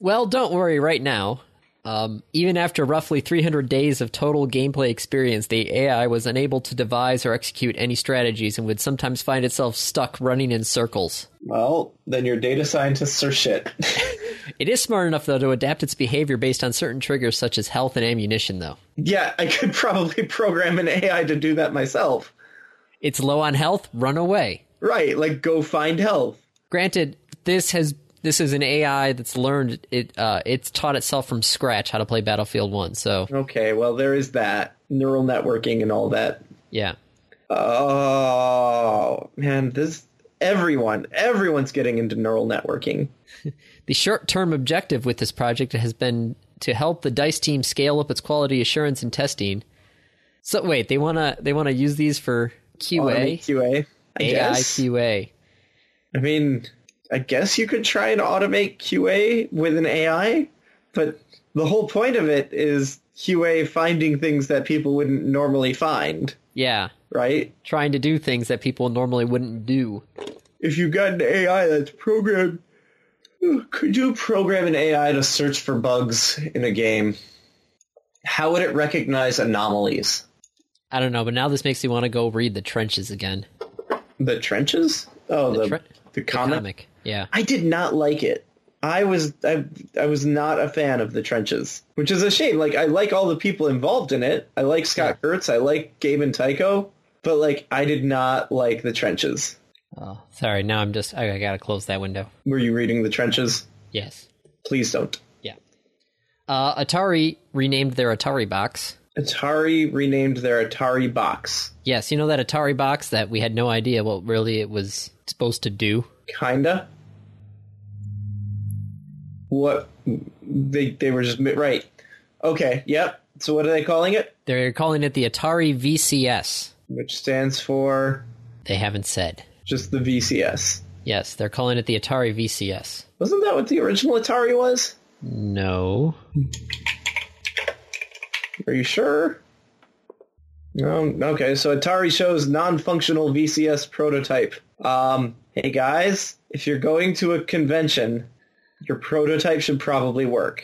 [SPEAKER 1] Well, don't worry right now. Um, even after roughly 300 days of total gameplay experience, the AI was unable to devise or execute any strategies and would sometimes find itself stuck running in circles.
[SPEAKER 3] Well, then your data scientists are shit.
[SPEAKER 1] It is smart enough, though, to adapt its behavior based on certain triggers such as health and ammunition, though.
[SPEAKER 2] Yeah, I could probably program an AI to do that myself.
[SPEAKER 1] It's low on health, run away.
[SPEAKER 2] Right, like go find health.
[SPEAKER 1] Granted, this has this is an AI that's learned it. Uh, it's taught itself from scratch how to play Battlefield One. So
[SPEAKER 2] Okay, well there is that neural networking and all that.
[SPEAKER 1] yeah,
[SPEAKER 2] Oh man, this everyone, everyone's getting into neural networking.
[SPEAKER 1] the short-term objective with this project has been to help the Dice team scale up its quality assurance and testing. So wait, they wanna they wanna use these for QA,
[SPEAKER 2] Automate QA. I
[SPEAKER 1] AI
[SPEAKER 2] guess.
[SPEAKER 1] QA.
[SPEAKER 2] I mean, I guess you could try and automate QA with an AI, but the whole point of it is QA finding things that people wouldn't normally find,
[SPEAKER 1] Yeah,
[SPEAKER 2] right?
[SPEAKER 1] trying to do things that people normally wouldn't do.
[SPEAKER 2] if you got an AI that's programmed, could you program an AI to search for bugs in a game? How would it recognize anomalies?
[SPEAKER 1] I don't know, but now this makes me want to go read the trenches again.
[SPEAKER 2] The trenches? Oh, the
[SPEAKER 1] The
[SPEAKER 2] the,
[SPEAKER 1] tre-
[SPEAKER 2] comic?
[SPEAKER 1] Comic, yeah.
[SPEAKER 2] I did not like it. I was I, I was not a fan of the trenches, which is a shame. Like I like all the people involved in it. I like Scott Kurtz. I like Gabe and Tycho, but like I did not like the trenches.
[SPEAKER 1] Oh, sorry. Now I'm just. I, I gotta close that window.
[SPEAKER 2] Were you reading the trenches?
[SPEAKER 1] Yes.
[SPEAKER 2] Please don't.
[SPEAKER 1] Yeah. Uh, Atari renamed their Atari box.
[SPEAKER 2] Atari renamed their Atari box.
[SPEAKER 1] Yes, you know that Atari box that we had no idea what really it was supposed to do.
[SPEAKER 2] Kinda. What they they were just right. Okay. Yep. So what are they calling it?
[SPEAKER 1] They're calling it the Atari VCS.
[SPEAKER 2] Which stands for
[SPEAKER 1] They haven't said.
[SPEAKER 2] just the VCS.
[SPEAKER 1] Yes, they're calling it the Atari VCS.
[SPEAKER 2] Wasn't that what the original Atari was?
[SPEAKER 1] No.
[SPEAKER 2] Are you sure? Um, okay, so Atari shows non-functional VCS prototype. Um, hey guys, if you're going to a convention, your prototype should probably work.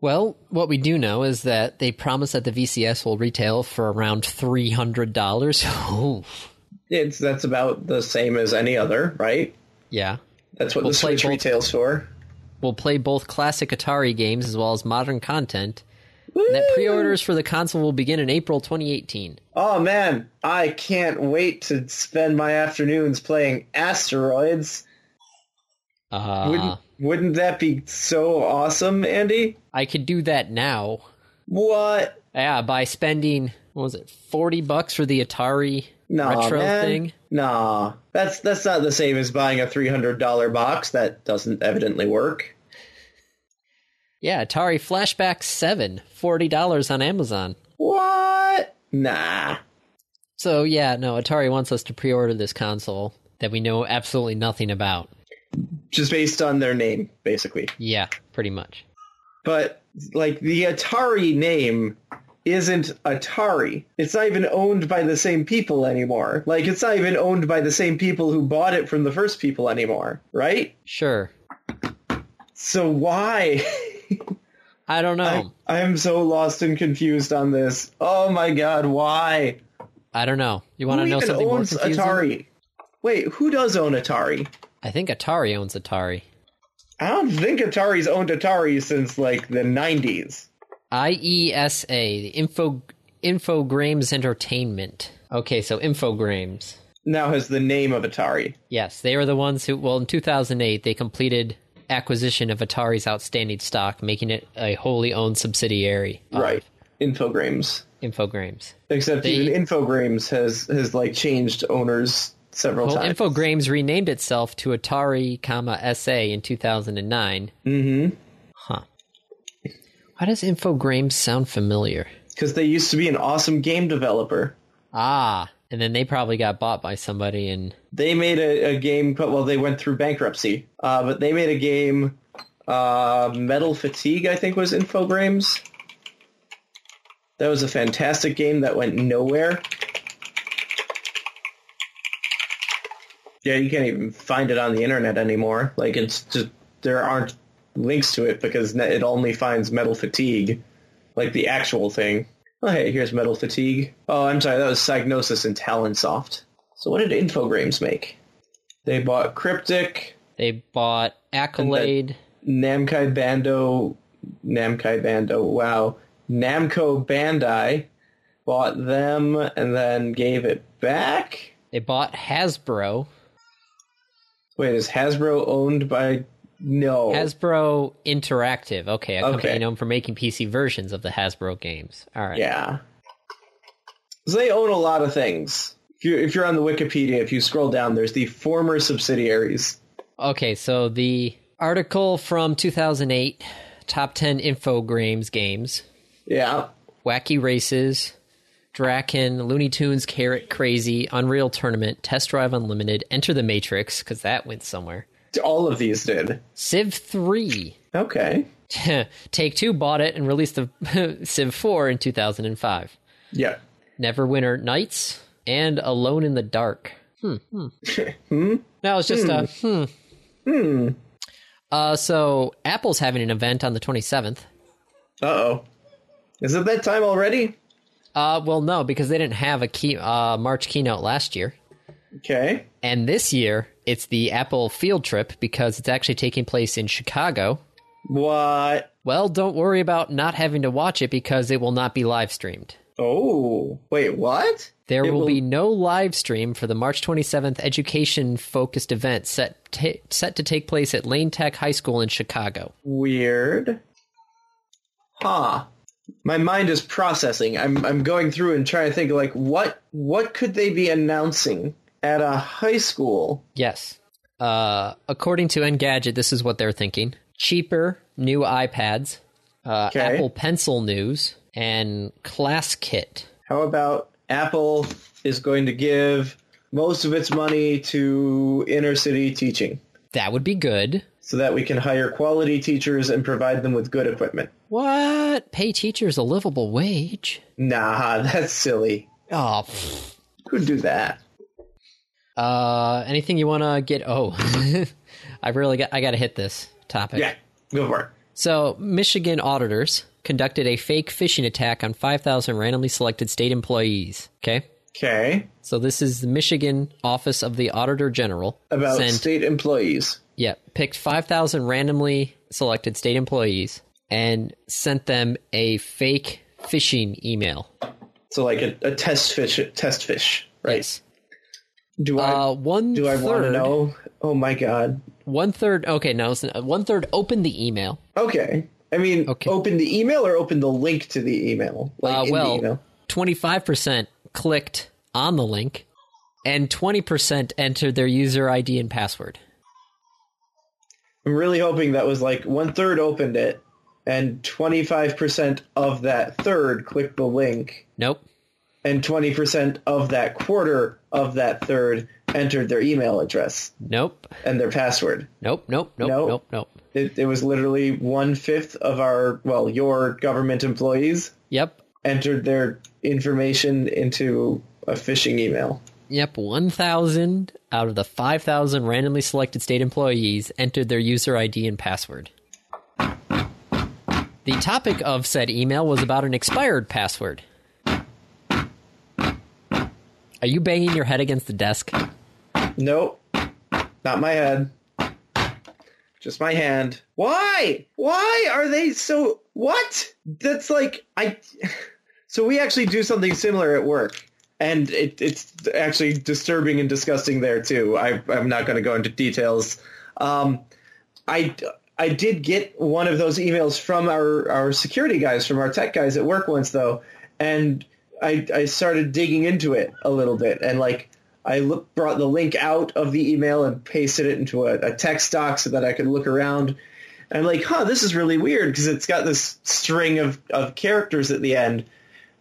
[SPEAKER 1] Well, what we do know is that they promise that the VCS will retail for around three hundred dollars. Oh,
[SPEAKER 2] It's that's about the same as any other, right?
[SPEAKER 1] yeah.
[SPEAKER 2] That's what
[SPEAKER 1] We'll
[SPEAKER 2] the
[SPEAKER 1] play
[SPEAKER 2] Switch
[SPEAKER 1] both.
[SPEAKER 2] retails for.
[SPEAKER 1] Will play both classic Atari games as well as modern content. And that pre-orders for the console will begin in April 2018.
[SPEAKER 2] Oh man, I can't wait to spend my afternoons playing Asteroids.
[SPEAKER 1] Uh,
[SPEAKER 2] Wouldn't wouldn't that be so awesome, Andy?
[SPEAKER 1] I could do that now.
[SPEAKER 2] What?
[SPEAKER 1] Yeah, by spending what was it, forty bucks for the Atari
[SPEAKER 2] Nah,
[SPEAKER 1] retro
[SPEAKER 2] man.
[SPEAKER 1] thing?
[SPEAKER 2] Nah, that's that's not the same as buying a three hundred dollar box. That doesn't evidently work.
[SPEAKER 1] Yeah, Atari Flashback 7, $40 on Amazon.
[SPEAKER 2] What? Nah.
[SPEAKER 1] So yeah, no, Atari wants us to pre-order this console that we know absolutely nothing about.
[SPEAKER 2] Just based on their name, basically.
[SPEAKER 1] Yeah, pretty much.
[SPEAKER 2] But like the Atari name isn't Atari. It's not even owned by the same people anymore. Like it's not even owned by the same people who bought it from the first people anymore, right?
[SPEAKER 1] Sure.
[SPEAKER 2] So why?
[SPEAKER 1] I don't
[SPEAKER 2] I,
[SPEAKER 1] know.
[SPEAKER 2] I'm so lost and confused on this. Oh my god, why?
[SPEAKER 1] I, don't know. You want to
[SPEAKER 2] who
[SPEAKER 1] know
[SPEAKER 2] even
[SPEAKER 1] something more
[SPEAKER 2] owns
[SPEAKER 1] confusing?
[SPEAKER 2] Atari? Wait, who does own Atari?
[SPEAKER 1] I think Atari owns Atari.
[SPEAKER 2] I don't think Atari's owned Atari since like the '90s.
[SPEAKER 1] IESA, E the Info Infogrames Entertainment. Okay, so Infogrames.
[SPEAKER 2] Now has the name of Atari.
[SPEAKER 1] Yes, they were the ones who well in 2008 they completed acquisition of Atari's outstanding stock, making it a wholly owned subsidiary of
[SPEAKER 2] Right. Infogrames.
[SPEAKER 1] Infogrames.
[SPEAKER 2] Except
[SPEAKER 1] They-
[SPEAKER 2] even Infogrames has has like changed owners several
[SPEAKER 1] Well,
[SPEAKER 2] times.
[SPEAKER 1] Infogrames renamed itself to Atari, comma SA in 2009. Mm-hmm. Huh. Why does Infogrames sound familiar?
[SPEAKER 2] Because they used to be an awesome game developer.
[SPEAKER 1] Ah, and then they probably got bought by somebody, and
[SPEAKER 2] They made a, a game. co- Well, they went through bankruptcy, uh, but they made a game. Uh, Metal Fatigue, I think, was Infogrames. That was a fantastic game that went nowhere. Yeah, you can't even find it on the internet anymore. Like it's just there aren't links to it because ne- it only finds Metal Fatigue, like the actual thing. Oh, hey, here's Metal Fatigue. Oh, I'm sorry, that was Psygnosis and Talonsoft. So what did Infogrames make? They bought Cryptic,
[SPEAKER 1] they bought Accolade.
[SPEAKER 2] Namkai Bando, Namkai Bando, wow. Namco Bandai bought them and then gave it back?
[SPEAKER 1] they bought Hasbro.
[SPEAKER 2] Wait, is Hasbro owned by... No.
[SPEAKER 1] Hasbro Interactive. Okay, a company
[SPEAKER 2] Oh. Okay.
[SPEAKER 1] known for making PC versions of the Hasbro games. All right.
[SPEAKER 2] yeah. So they own a lot of things. If you're, if you're on the Wikipedia, if you scroll down, there's the former subsidiaries.
[SPEAKER 1] Okay, so the article from 2008, top 10 Infogrames games.
[SPEAKER 2] Yeah.
[SPEAKER 1] Wacky Races, Draken, Looney Tunes, Carrot Crazy, Unreal Tournament, Test Drive Unlimited, Enter the Matrix, because that went somewhere.
[SPEAKER 2] All of these did.
[SPEAKER 1] Civ 3.
[SPEAKER 2] Okay.
[SPEAKER 1] Take Two bought it and released the Civ 4 in 2005.
[SPEAKER 2] Yeah.
[SPEAKER 1] Neverwinter Nights, and Alone in the Dark. Hmm. No, it's just a hmm. Hmm. Uh, so Apple's having an event on the 27th.
[SPEAKER 2] Uh-oh. Is it that time already?
[SPEAKER 1] Uh, well, no, because they didn't have a key, uh, March keynote last year.
[SPEAKER 2] Okay.
[SPEAKER 1] And this year, It's the Apple field trip because it's actually taking place in Chicago.
[SPEAKER 2] What?
[SPEAKER 1] Well, don't worry about not having to watch it because it will not be live streamed.
[SPEAKER 2] Oh, wait, what?
[SPEAKER 1] There
[SPEAKER 2] It
[SPEAKER 1] will,
[SPEAKER 2] will-
[SPEAKER 1] be no live stream for the March 27th education focused event set ta set to take place at Lane Tech High School in Chicago.
[SPEAKER 2] Weird. Huh. My mind is processing. I'm I'm going through and trying to think like what what could they be announcing at a high school?
[SPEAKER 1] Yes. Uh, according to Engadget, this is what they're thinking: cheaper new iPads, uh,
[SPEAKER 2] Okay.
[SPEAKER 1] Apple Pencil news, and Class Kit.
[SPEAKER 2] How about Apple is going to give most of its money to inner city teaching
[SPEAKER 1] That would be good.
[SPEAKER 2] so that we can hire quality teachers and provide them with good equipment.
[SPEAKER 1] What? Pay teachers a livable wage?
[SPEAKER 2] Nah, that's silly.
[SPEAKER 1] Oh. pfft.
[SPEAKER 2] Who'd do that?
[SPEAKER 1] Uh, anything you want to get? Oh, I really got. I got to hit this topic.
[SPEAKER 2] Yeah, go for it.
[SPEAKER 1] So, Michigan auditors conducted a fake phishing attack on 5,000 randomly selected state employees. Okay.
[SPEAKER 2] Okay.
[SPEAKER 1] So, this is the Michigan Office of the Auditor General.
[SPEAKER 2] About
[SPEAKER 1] sent-
[SPEAKER 2] state employees.
[SPEAKER 1] yeah, picked 5,000 randomly selected state employees and sent them a fake phishing email.
[SPEAKER 2] So like a, a test fish test fish, right?
[SPEAKER 1] Yes.
[SPEAKER 2] Do I
[SPEAKER 1] Uh, one
[SPEAKER 2] Do I want to
[SPEAKER 1] third-
[SPEAKER 2] know? Oh my god.
[SPEAKER 1] One third. Okay, no, it's- one third opened the email.
[SPEAKER 2] Okay. I mean,
[SPEAKER 1] Okay.
[SPEAKER 2] open the email or open the link to the email? Like
[SPEAKER 1] Uh,
[SPEAKER 2] in the
[SPEAKER 1] well,
[SPEAKER 2] email?
[SPEAKER 1] twenty five percent clicked on the link, and twenty percent entered their user ID and password.
[SPEAKER 2] I'm really hoping that was like one third opened it, and 25% of that third clicked the link,
[SPEAKER 1] Nope.
[SPEAKER 2] and 20% of that quarter of that third entered their email address
[SPEAKER 1] Nope.
[SPEAKER 2] and their password.
[SPEAKER 1] Nope. Nope. Nope.
[SPEAKER 2] Nope.
[SPEAKER 1] Nope. Nope.
[SPEAKER 2] It, it was literally one fifth of our well, your government employees
[SPEAKER 1] Yep.
[SPEAKER 2] entered their information into a phishing email.
[SPEAKER 1] Yep. One thousand out of the five thousand randomly selected state employees entered their user ID and password. The topic of said email was about an expired password. Are you banging your head against the desk?
[SPEAKER 2] Nope. Not my head. Just my hand. Why? Why are they so what? That's like I So we actually do something similar at work. And it, it's actually disturbing and disgusting there too. I, I'm not going to go into details. Um, I, I did get one of those emails from our, our security guys, from our tech guys at work once though, and I, I started digging into it a little bit and like I look, brought the link out of the email and pasted it into a, a text doc so that I could look around. And I'm like, huh, this is really weird because it's got this string of, of characters at the end.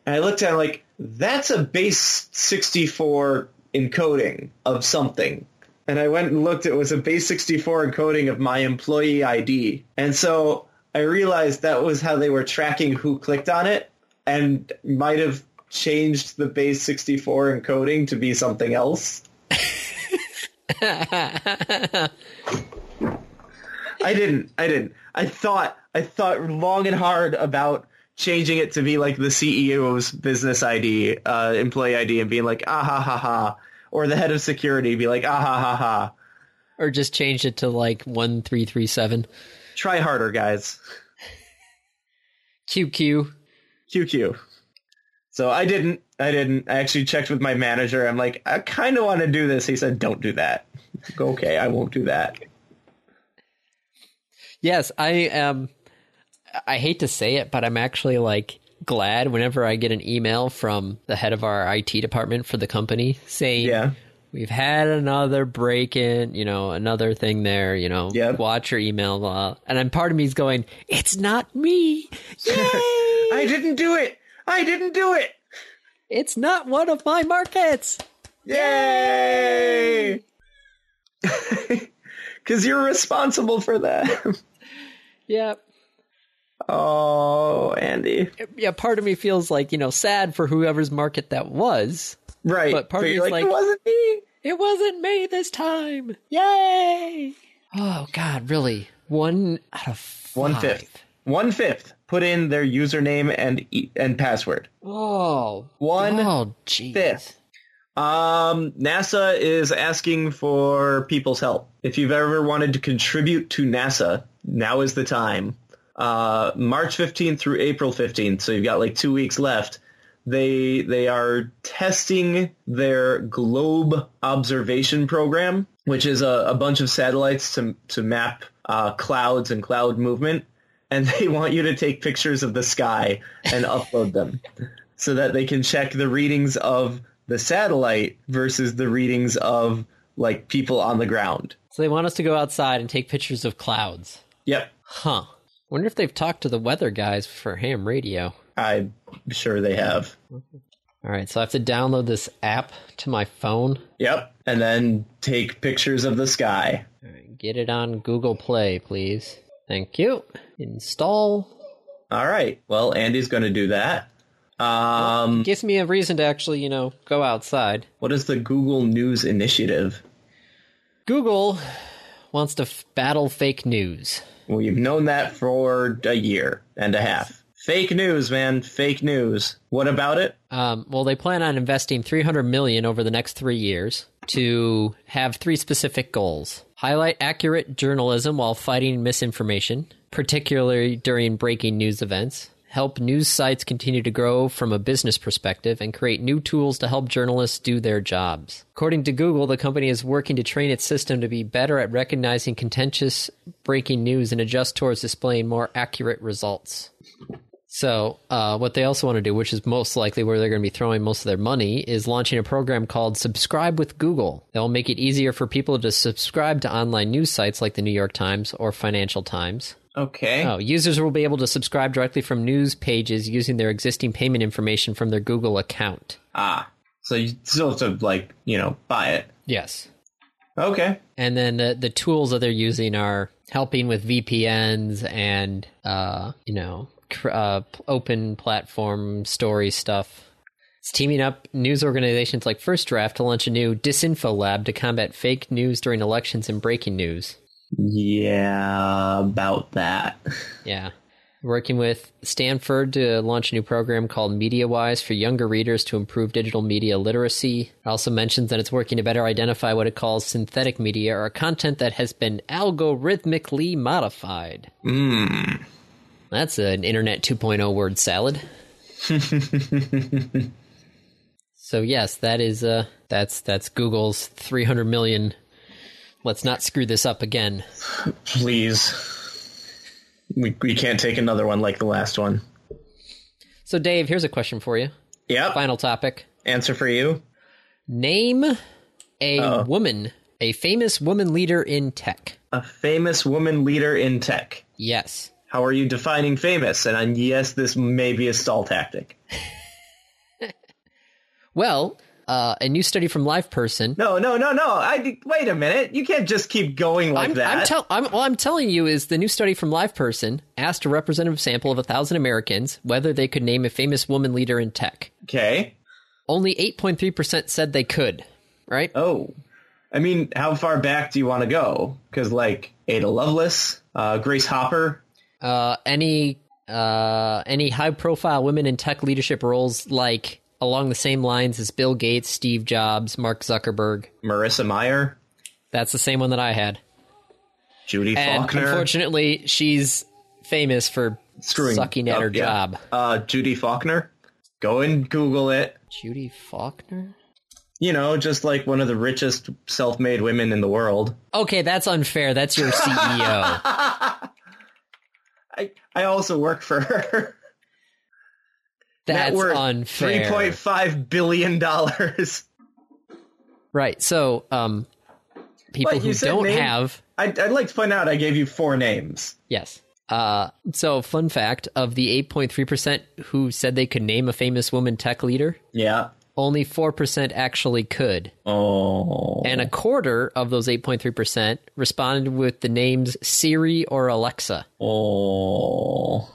[SPEAKER 2] And I looked at it I'm like, that's a base 64 encoding of something. And I went and looked, it was a base 64 encoding of my employee ID. And so I realized that was how they were tracking who clicked on it and might have changed the base 64 encoding to be something else. I didn't. I didn't. I thought I thought long and hard about changing it to be like the CEO's business ID, uh, employee ID, and being like ah ha ha ha, or the head of security be like ah ha ha ha.
[SPEAKER 1] or just changed it to like 1337
[SPEAKER 2] Try harder, guys.
[SPEAKER 1] qq
[SPEAKER 2] QQ. So I didn't. I didn't. I actually checked with my manager. I'm like, I kind of want to do this. He said, don't do that. Go, okay, I won't do that.
[SPEAKER 1] yes i am i hate to say it but i'm actually like glad whenever i get an email from the head of our it department for the company saying
[SPEAKER 2] Yeah.
[SPEAKER 1] we've had another break in you know another thing there you know
[SPEAKER 2] Yep.
[SPEAKER 1] watch your email blah. and then part of me is going it's not me yay
[SPEAKER 2] I didn't do it. I didn't do it.
[SPEAKER 1] it's not one of my markets
[SPEAKER 2] Yay! Because you're responsible for that.
[SPEAKER 1] yeah
[SPEAKER 2] oh, Andy.
[SPEAKER 1] yeah part of me feels like you know sad for whoever's market that was
[SPEAKER 2] Right.
[SPEAKER 1] But part of
[SPEAKER 2] you're
[SPEAKER 1] me's like-
[SPEAKER 2] it wasn't me.
[SPEAKER 1] It wasn't me this time. Yay! Oh God, really? One out of five.
[SPEAKER 2] One fifth. One fifth. Put in their username and e- and password.
[SPEAKER 1] Oh,
[SPEAKER 2] One
[SPEAKER 1] oh, jeez.
[SPEAKER 2] fifth. Um, NASA is asking for people's help. If you've ever wanted to contribute to NASA, now is the time. Uh, March 15th through April 15th, so you've got like two weeks left. They they are testing their globe observation program, which is a, a bunch of satellites to to map uh, clouds and cloud movement, and they want you to take pictures of the sky and upload them so that they can check the readings of the satellite versus the readings of like people on the ground.
[SPEAKER 1] So they want us to go outside and take pictures of clouds.
[SPEAKER 2] Yep.
[SPEAKER 1] Huh. Wonder if they've talked to the weather guys for ham radio.
[SPEAKER 2] I'm sure they have.
[SPEAKER 1] All right, so I have to download this app to my phone.
[SPEAKER 2] Yep. And then take pictures of the sky.
[SPEAKER 1] All right, get it on Google Play, please. Thank you. Install.
[SPEAKER 2] All right. Well, Andy's going to do that. Um,
[SPEAKER 1] Gives me a reason to actually, you know, go outside.
[SPEAKER 2] what is the Google News Initiative?
[SPEAKER 1] Google wants to f- battle fake news.
[SPEAKER 2] We've known that for a year and a half. Fake news, man. Fake news. What about it?
[SPEAKER 1] Um, well, they plan on investing 300 million over the next three years to have three specific goals: highlight accurate journalism while fighting misinformation, particularly during breaking news events. Help news sites continue to grow from a business perspective and create new tools to help journalists do their jobs. According to Google, the company is working to train its system to be better at recognizing contentious breaking news and adjust towards displaying more accurate results. So, uh, what they also want to do, which is most likely where they're going to be throwing most of their money, is launching a program called Subscribe with Google. They'll make it easier for people to subscribe to online news sites like the New York Times or Financial Times.
[SPEAKER 2] Okay.
[SPEAKER 1] Oh, users will be able to subscribe directly from news pages using their existing payment information from their Google account.
[SPEAKER 2] Ah. So you still have to, like, you know, buy it.
[SPEAKER 1] Yes.
[SPEAKER 2] Okay.
[SPEAKER 1] And then the, the tools that they're using are helping with VPNs and, uh, you know, cr- uh, p- open platform story stuff. It's teaming up news organizations like First Draft to launch a new disinfo lab to combat fake news during elections and breaking news.
[SPEAKER 2] Yeah, about that.
[SPEAKER 1] Yeah. Working with Stanford to launch a new program called MediaWise for younger readers to improve digital media literacy. It also mentions that it's working to better identify what it calls synthetic media or content that has been algorithmically modified. Mmm. That's an Internet 2.0 word salad. so yes, that is uh that's that's Google's 300 million. Let's not screw this up again.
[SPEAKER 2] Please. We, we can't take another one like the last one.
[SPEAKER 1] So Dave, here's a question for you.
[SPEAKER 2] Yep.
[SPEAKER 1] Final topic.
[SPEAKER 2] Answer for you.
[SPEAKER 1] Name a woman, a famous woman leader in tech.
[SPEAKER 2] A famous woman leader in tech.
[SPEAKER 1] Yes.
[SPEAKER 2] How are you defining famous? And I'm, yes, this may be a stall tactic.
[SPEAKER 1] Well, uh, a new study from Live Person.
[SPEAKER 2] No, no, no, no. I wait a minute. You can't just keep going like
[SPEAKER 1] I'm,
[SPEAKER 2] that.
[SPEAKER 1] I'm, tell- I'm, all I'm telling you is the new study from Live Person asked a representative sample of 1,000 Americans whether they could name a famous woman leader in tech.
[SPEAKER 2] okay.
[SPEAKER 1] Only 8.3% said they could, right?
[SPEAKER 2] Oh, I mean, how far back do you want to go? Because like Ada Lovelace, uh, Grace Hopper.
[SPEAKER 1] Uh, any uh, any high profile women in tech leadership roles, like along the same lines as Bill Gates, Steve Jobs, Mark Zuckerberg.
[SPEAKER 2] Marissa Meyer,
[SPEAKER 1] That's the same one that I had.
[SPEAKER 2] Judy
[SPEAKER 1] And
[SPEAKER 2] Faulkner,
[SPEAKER 1] unfortunately, she's famous for
[SPEAKER 2] Screwing
[SPEAKER 1] sucking at
[SPEAKER 2] up,
[SPEAKER 1] her
[SPEAKER 2] yeah.
[SPEAKER 1] job.
[SPEAKER 2] uh, Judy Faulkner. Go and Google it.
[SPEAKER 1] Judy Faulkner?
[SPEAKER 2] You know, just like one of the richest self-made women in the world.
[SPEAKER 1] Okay, that's unfair. That's your E CEO.
[SPEAKER 2] I I also work for her.
[SPEAKER 1] That's
[SPEAKER 2] Net worth,
[SPEAKER 1] unfair.
[SPEAKER 2] Three point five billion dollars.
[SPEAKER 1] Right. So, um, people
[SPEAKER 2] What, you
[SPEAKER 1] who
[SPEAKER 2] said
[SPEAKER 1] don't
[SPEAKER 2] name?
[SPEAKER 1] have
[SPEAKER 2] I'd, I'd like to point out I gave you four names.
[SPEAKER 1] yes. Uh, so fun fact: of the eight point three percent who said they could name a famous woman tech leader,
[SPEAKER 2] Yeah.
[SPEAKER 1] only four percent actually could,
[SPEAKER 2] Oh.
[SPEAKER 1] and a quarter of those eight point three percent responded with the names Siri or Alexa.
[SPEAKER 2] Oh.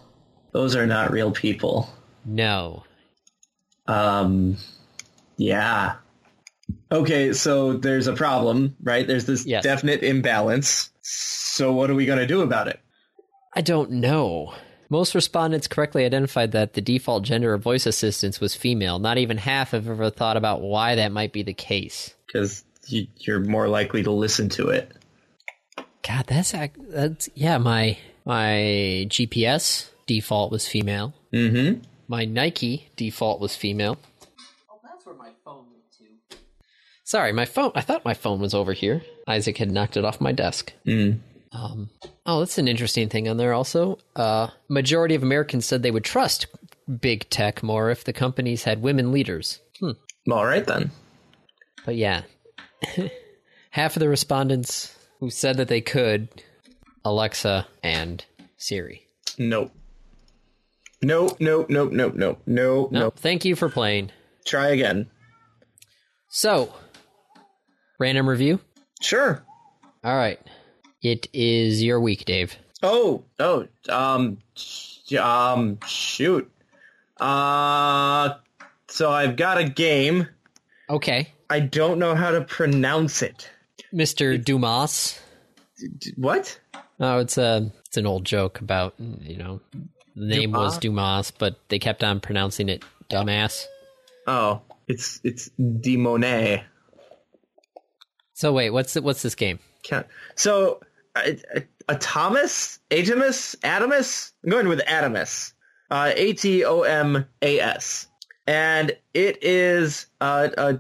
[SPEAKER 2] Those are not real people.
[SPEAKER 1] No,
[SPEAKER 2] Um. Yeah. Okay, so there's a problem, right? There's this
[SPEAKER 1] Yes.
[SPEAKER 2] definite imbalance. So what are we going to do about it?
[SPEAKER 1] I don't know. Most respondents correctly identified that the default gender of voice assistants was female. Not even half have ever thought about why that might be the case.
[SPEAKER 2] because you, you're more likely to listen to it.
[SPEAKER 1] God, that's ac- that's yeah. My my GPS default was female. Mm-hmm. My Nike default was female. Oh, that's where my phone went to. Sorry, my phone. I thought my phone was over here. Isaac had knocked it off my desk. Um, oh, that's an interesting thing on there. Also, uh, majority of Americans said they would trust big tech more if the companies had women leaders.
[SPEAKER 2] All right then.
[SPEAKER 1] But yeah, half of the respondents who said that they could Alexa and Siri.
[SPEAKER 2] Nope. Nope. Nope. Nope. Nope. Nope. Nope.
[SPEAKER 1] No,
[SPEAKER 2] Nope.
[SPEAKER 1] thank you for playing.
[SPEAKER 2] Try again.
[SPEAKER 1] So, random review.
[SPEAKER 2] Sure.
[SPEAKER 1] All right, it is your week, Dave.
[SPEAKER 2] Oh, oh, um, sh- um, shoot. Uh, so I've got a game.
[SPEAKER 1] Okay,
[SPEAKER 2] I don't know how to pronounce it.
[SPEAKER 1] Mister Dumas.
[SPEAKER 2] D- What?
[SPEAKER 1] Oh, it's a it's an old joke about you know the name was Dumas, but they kept on pronouncing it dumbass.
[SPEAKER 2] Oh, it's it's Demone.
[SPEAKER 1] So wait, what's the, what's this game?
[SPEAKER 2] Can't. So, I- I- Atomus, Atomus, Atomus. I'm going with Atomus. Uh, A T O M A S, and it is uh, a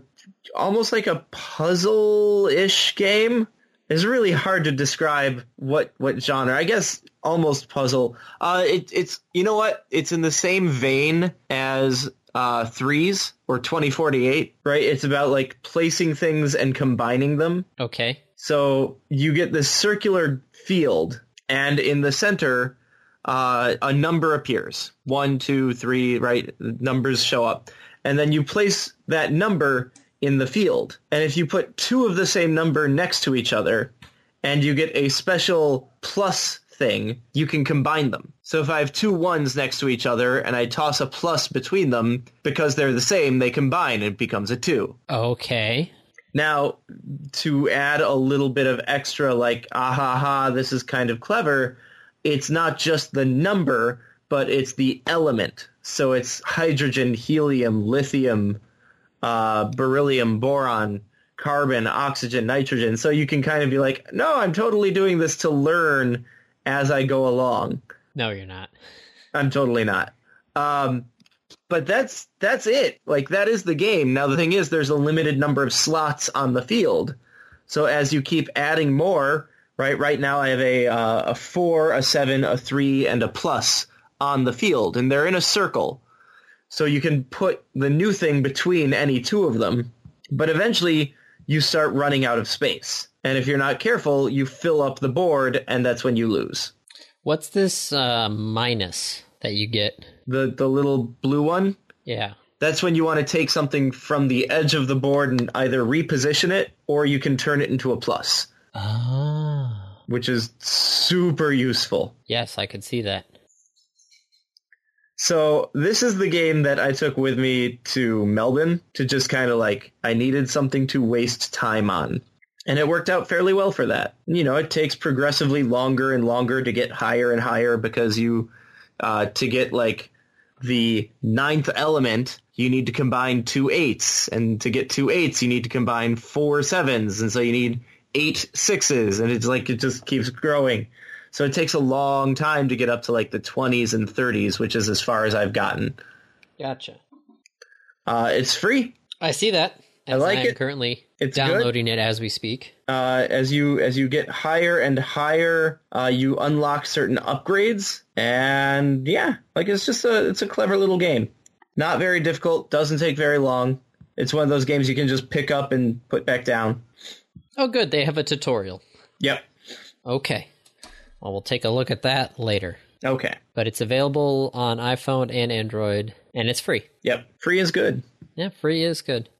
[SPEAKER 2] almost like a puzzle-ish game. It's really hard to describe what what genre. I guess almost puzzle.
[SPEAKER 5] Uh, it, it's you know what? It's in the same vein as uh, threes or twenty forty eight.
[SPEAKER 2] right? It's about like placing things and combining them.
[SPEAKER 1] Okay,
[SPEAKER 2] So you get this circular field, and in the center, uh, a number appears. One, two, three, right? Numbers show up. And then you place that number in the field. And if you put two of the same number next to each other, and you get a special plus thing, you can combine them. So if I have two ones next to each other and I toss a plus between them, because they're the same, they combine and it becomes a two.
[SPEAKER 1] okay.
[SPEAKER 2] Now, to add a little bit of extra, like, ah ha ha, this is kind of clever, it's not just the number, but it's the element. So it's hydrogen, helium, lithium, uh, beryllium, boron, carbon, oxygen, nitrogen. So you can kind of be like, no, I'm totally doing this to learn as I go along.
[SPEAKER 1] No, you're not.
[SPEAKER 2] I'm totally not. Um, but that's that's it. Like that is the game. Now the thing is, there's a limited number of slots on the field, so as you keep adding more, right? Right now I have a uh, a four, a seven, a three, and a plus on the field, and they're in a circle, so you can put the new thing between any two of them. But eventually, you start running out of space, and if you're not careful, you fill up the board, and that's when you lose.
[SPEAKER 1] What's this uh, minus that you get?
[SPEAKER 2] The the little blue one.
[SPEAKER 1] Yeah.
[SPEAKER 2] That's when you want to take something from the edge of the board and either reposition it or you can turn it into a plus,
[SPEAKER 1] Ah.
[SPEAKER 2] which is super useful.
[SPEAKER 1] Yes, I could see that.
[SPEAKER 2] So this is the game that I took with me to Melbourne to just kind of like, I needed something to waste time on. And it worked out fairly well for that. You know, it takes progressively longer and longer to get higher and higher because you, uh, to get like the ninth element, you need to combine two eights. And to get two eights, you need to combine four sevens. And so you need eight sixes. And it's like, it just keeps growing. So it takes a long time to get up to like the 20s and 30s, which is as far as I've gotten.
[SPEAKER 1] Gotcha.
[SPEAKER 2] Uh, it's free.
[SPEAKER 1] I see that. As
[SPEAKER 2] like
[SPEAKER 1] am
[SPEAKER 2] it.
[SPEAKER 1] currently
[SPEAKER 2] It's good.
[SPEAKER 1] downloading it as we speak.
[SPEAKER 2] Uh, as you as you get higher and higher, uh, you unlock certain upgrades, and yeah, like it's just a it's a clever little game. Not very difficult. Doesn't take very long. It's one of those games you can just pick up and put back down.
[SPEAKER 1] Oh, good. They have a tutorial.
[SPEAKER 2] Yep.
[SPEAKER 1] Okay. Well, we'll take a look at that later.
[SPEAKER 2] Okay.
[SPEAKER 1] But it's available on iPhone and Android, and it's free.
[SPEAKER 2] Yep. Free is good.
[SPEAKER 1] Yeah, free is good.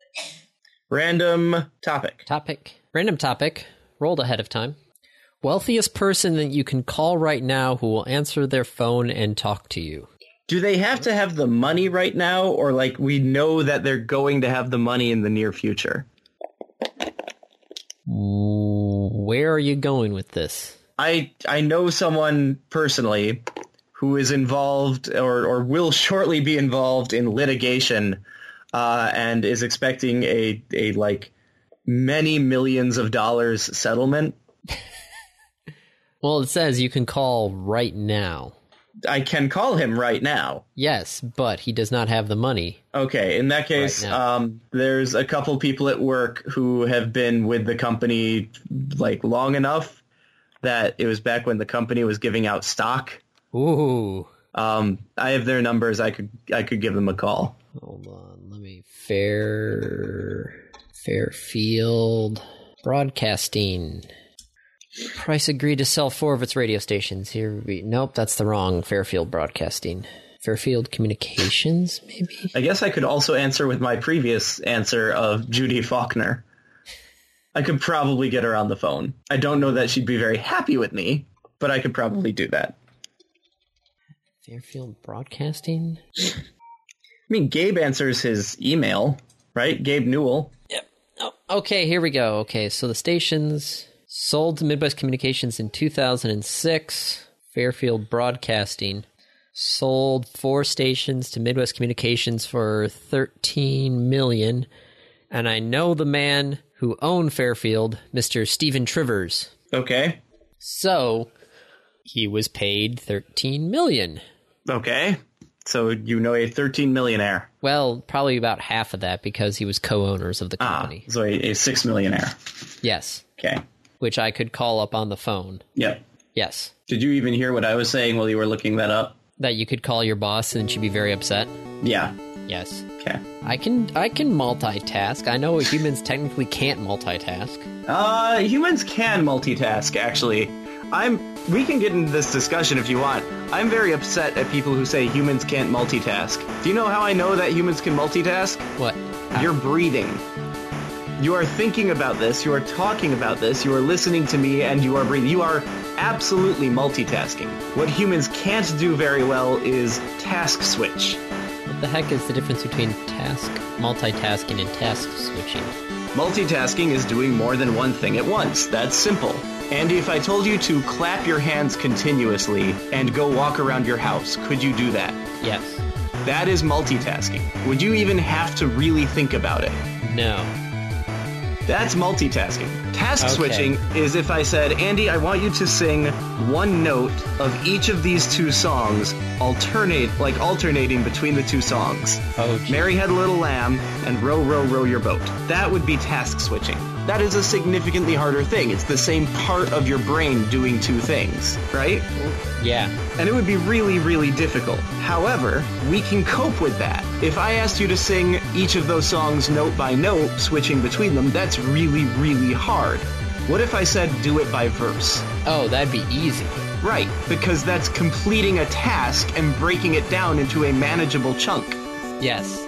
[SPEAKER 2] Random topic.
[SPEAKER 1] Topic. Random topic. Rolled ahead of time. Wealthiest person that you can call right now who will answer their phone and talk to you.
[SPEAKER 2] Do they have to have the money right now, or like we know that they're going to have the money in the near future?
[SPEAKER 1] Where are you going with this?
[SPEAKER 2] I I know someone personally who is involved or, or will shortly be involved in litigation uh, and is expecting a, a like many millions of dollars settlement.
[SPEAKER 1] Well, it says you can call right now.
[SPEAKER 2] I can call him right now.
[SPEAKER 1] Yes, but he does not have the money.
[SPEAKER 2] Okay, in that case,
[SPEAKER 1] Right now.
[SPEAKER 2] um, there's a couple people at work who have been with the company like long enough that it was back when the company was giving out stock.
[SPEAKER 1] Ooh.
[SPEAKER 2] Um, I have their numbers. I could I could give them a call.
[SPEAKER 1] Hold on. Let me fair Fairfield Broadcasting. Price agreed to sell four of its radio stations. Here we nope, that's the wrong Fairfield Broadcasting. Fairfield Communications, maybe?
[SPEAKER 2] I guess I could also answer with my previous answer of Judy Faulkner. I could probably get her on the phone. I don't know that she'd be very happy with me, but I could probably do that.
[SPEAKER 1] Fairfield Broadcasting?
[SPEAKER 2] I mean, Gabe answers his email, right? Gabe Newell.
[SPEAKER 1] Yep. Oh, okay, here we go. Okay, so the stations sold to Midwest Communications in 2006. Fairfield Broadcasting sold four stations to Midwest Communications for 13 million. And I know the man who owned Fairfield, Mr. Stephen Trivers.
[SPEAKER 2] Okay.
[SPEAKER 1] So he was paid 13 million.
[SPEAKER 2] Okay. So you know a 13 millionaire.
[SPEAKER 1] Well, probably about half of that because he was co-owners of the
[SPEAKER 2] Ah,
[SPEAKER 1] company.
[SPEAKER 2] so a, a 6 millionaire.
[SPEAKER 1] Yes,
[SPEAKER 2] Okay.
[SPEAKER 1] which I could call up on the phone.
[SPEAKER 2] Yep.
[SPEAKER 1] Yes.
[SPEAKER 2] Did you even hear what I was saying while you were looking that up?
[SPEAKER 1] that you could call your boss and she'd be very upset.
[SPEAKER 2] Yeah.
[SPEAKER 1] Yes.
[SPEAKER 2] Okay.
[SPEAKER 1] I can I can multitask. I know humans technically can't multitask.
[SPEAKER 2] Uh, humans can multitask, actually. I'm. We can get into this discussion if you want. I'm very upset at people who say humans can't multitask. Do you know how I know that humans can multitask?
[SPEAKER 1] What?
[SPEAKER 2] You're breathing. You are thinking about this. You are talking about this. You are listening to me, and you are breathing. You are absolutely multitasking. What humans can't do very well is task switch.
[SPEAKER 1] What the heck is the difference between task multitasking and task switching?
[SPEAKER 2] Multitasking is doing more than one thing at once. That's simple. Andy, if I told you to clap your hands continuously and go walk around your house, could you do that?
[SPEAKER 1] Yes.
[SPEAKER 2] That is multitasking. Would you even have to really think about it?
[SPEAKER 1] No.
[SPEAKER 2] That's multitasking. Task
[SPEAKER 1] Okay.
[SPEAKER 2] switching is if I said, Andy, I want you to sing one note of each of these two songs, alternate like alternating between the two songs.
[SPEAKER 1] Oh, gee.
[SPEAKER 2] Mary Had a Little Lamb and Row, Row, Row Your Boat. That would be task switching. That is a significantly harder thing. It's the same part of your brain doing two things, right?
[SPEAKER 1] Yeah.
[SPEAKER 2] and it would be really, really difficult. However, we can cope with that. If I asked you to sing each of those songs note by note, switching between them, that's really, really hard. What if I said do it by verse?
[SPEAKER 1] Oh, that'd be easy.
[SPEAKER 2] Right, because that's completing a task and breaking it down into a manageable chunk.
[SPEAKER 1] Yes.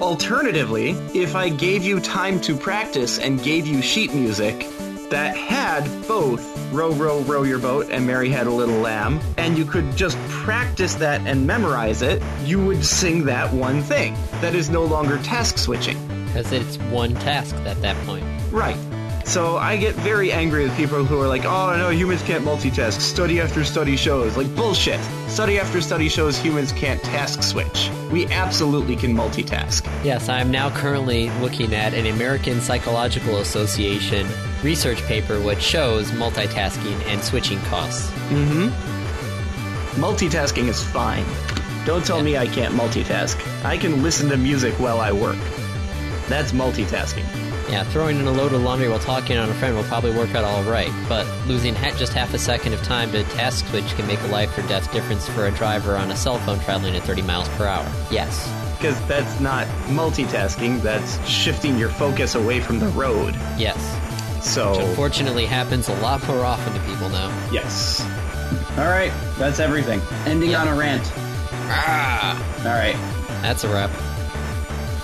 [SPEAKER 2] Alternatively, if I gave you time to practice and gave you sheet music that had both Row, Row, Row Your Boat and Mary Had a Little Lamb, and you could just practice that and memorize it, you would sing that one thing. That is no longer task switching.
[SPEAKER 1] Because it's one task at that point.
[SPEAKER 2] Right. So I get very angry with people who are like, oh no, humans can't multitask. Study after study shows. Like, bullshit. Study after study shows humans can't task switch. We absolutely can multitask.
[SPEAKER 1] Yes, I am now currently looking at an American Psychological Association research paper which shows multitasking and switching costs.
[SPEAKER 2] Multitasking is fine. Don't tell me I can't multitask. I can listen to music while I work. That's multitasking.
[SPEAKER 1] Yeah, throwing in a load of laundry while talking on a friend will probably work out all right, but losing ha- just half a second of time to task switch can make a life or death difference for a driver on a cell phone traveling at 30 miles per hour. Yes.
[SPEAKER 2] Because that's not multitasking, that's shifting your focus away from the road.
[SPEAKER 1] Yes. Which
[SPEAKER 2] So,
[SPEAKER 1] unfortunately happens a lot more often to people now.
[SPEAKER 2] yes. All right, that's everything. Ending on a rant. Ah! All right.
[SPEAKER 1] That's a wrap.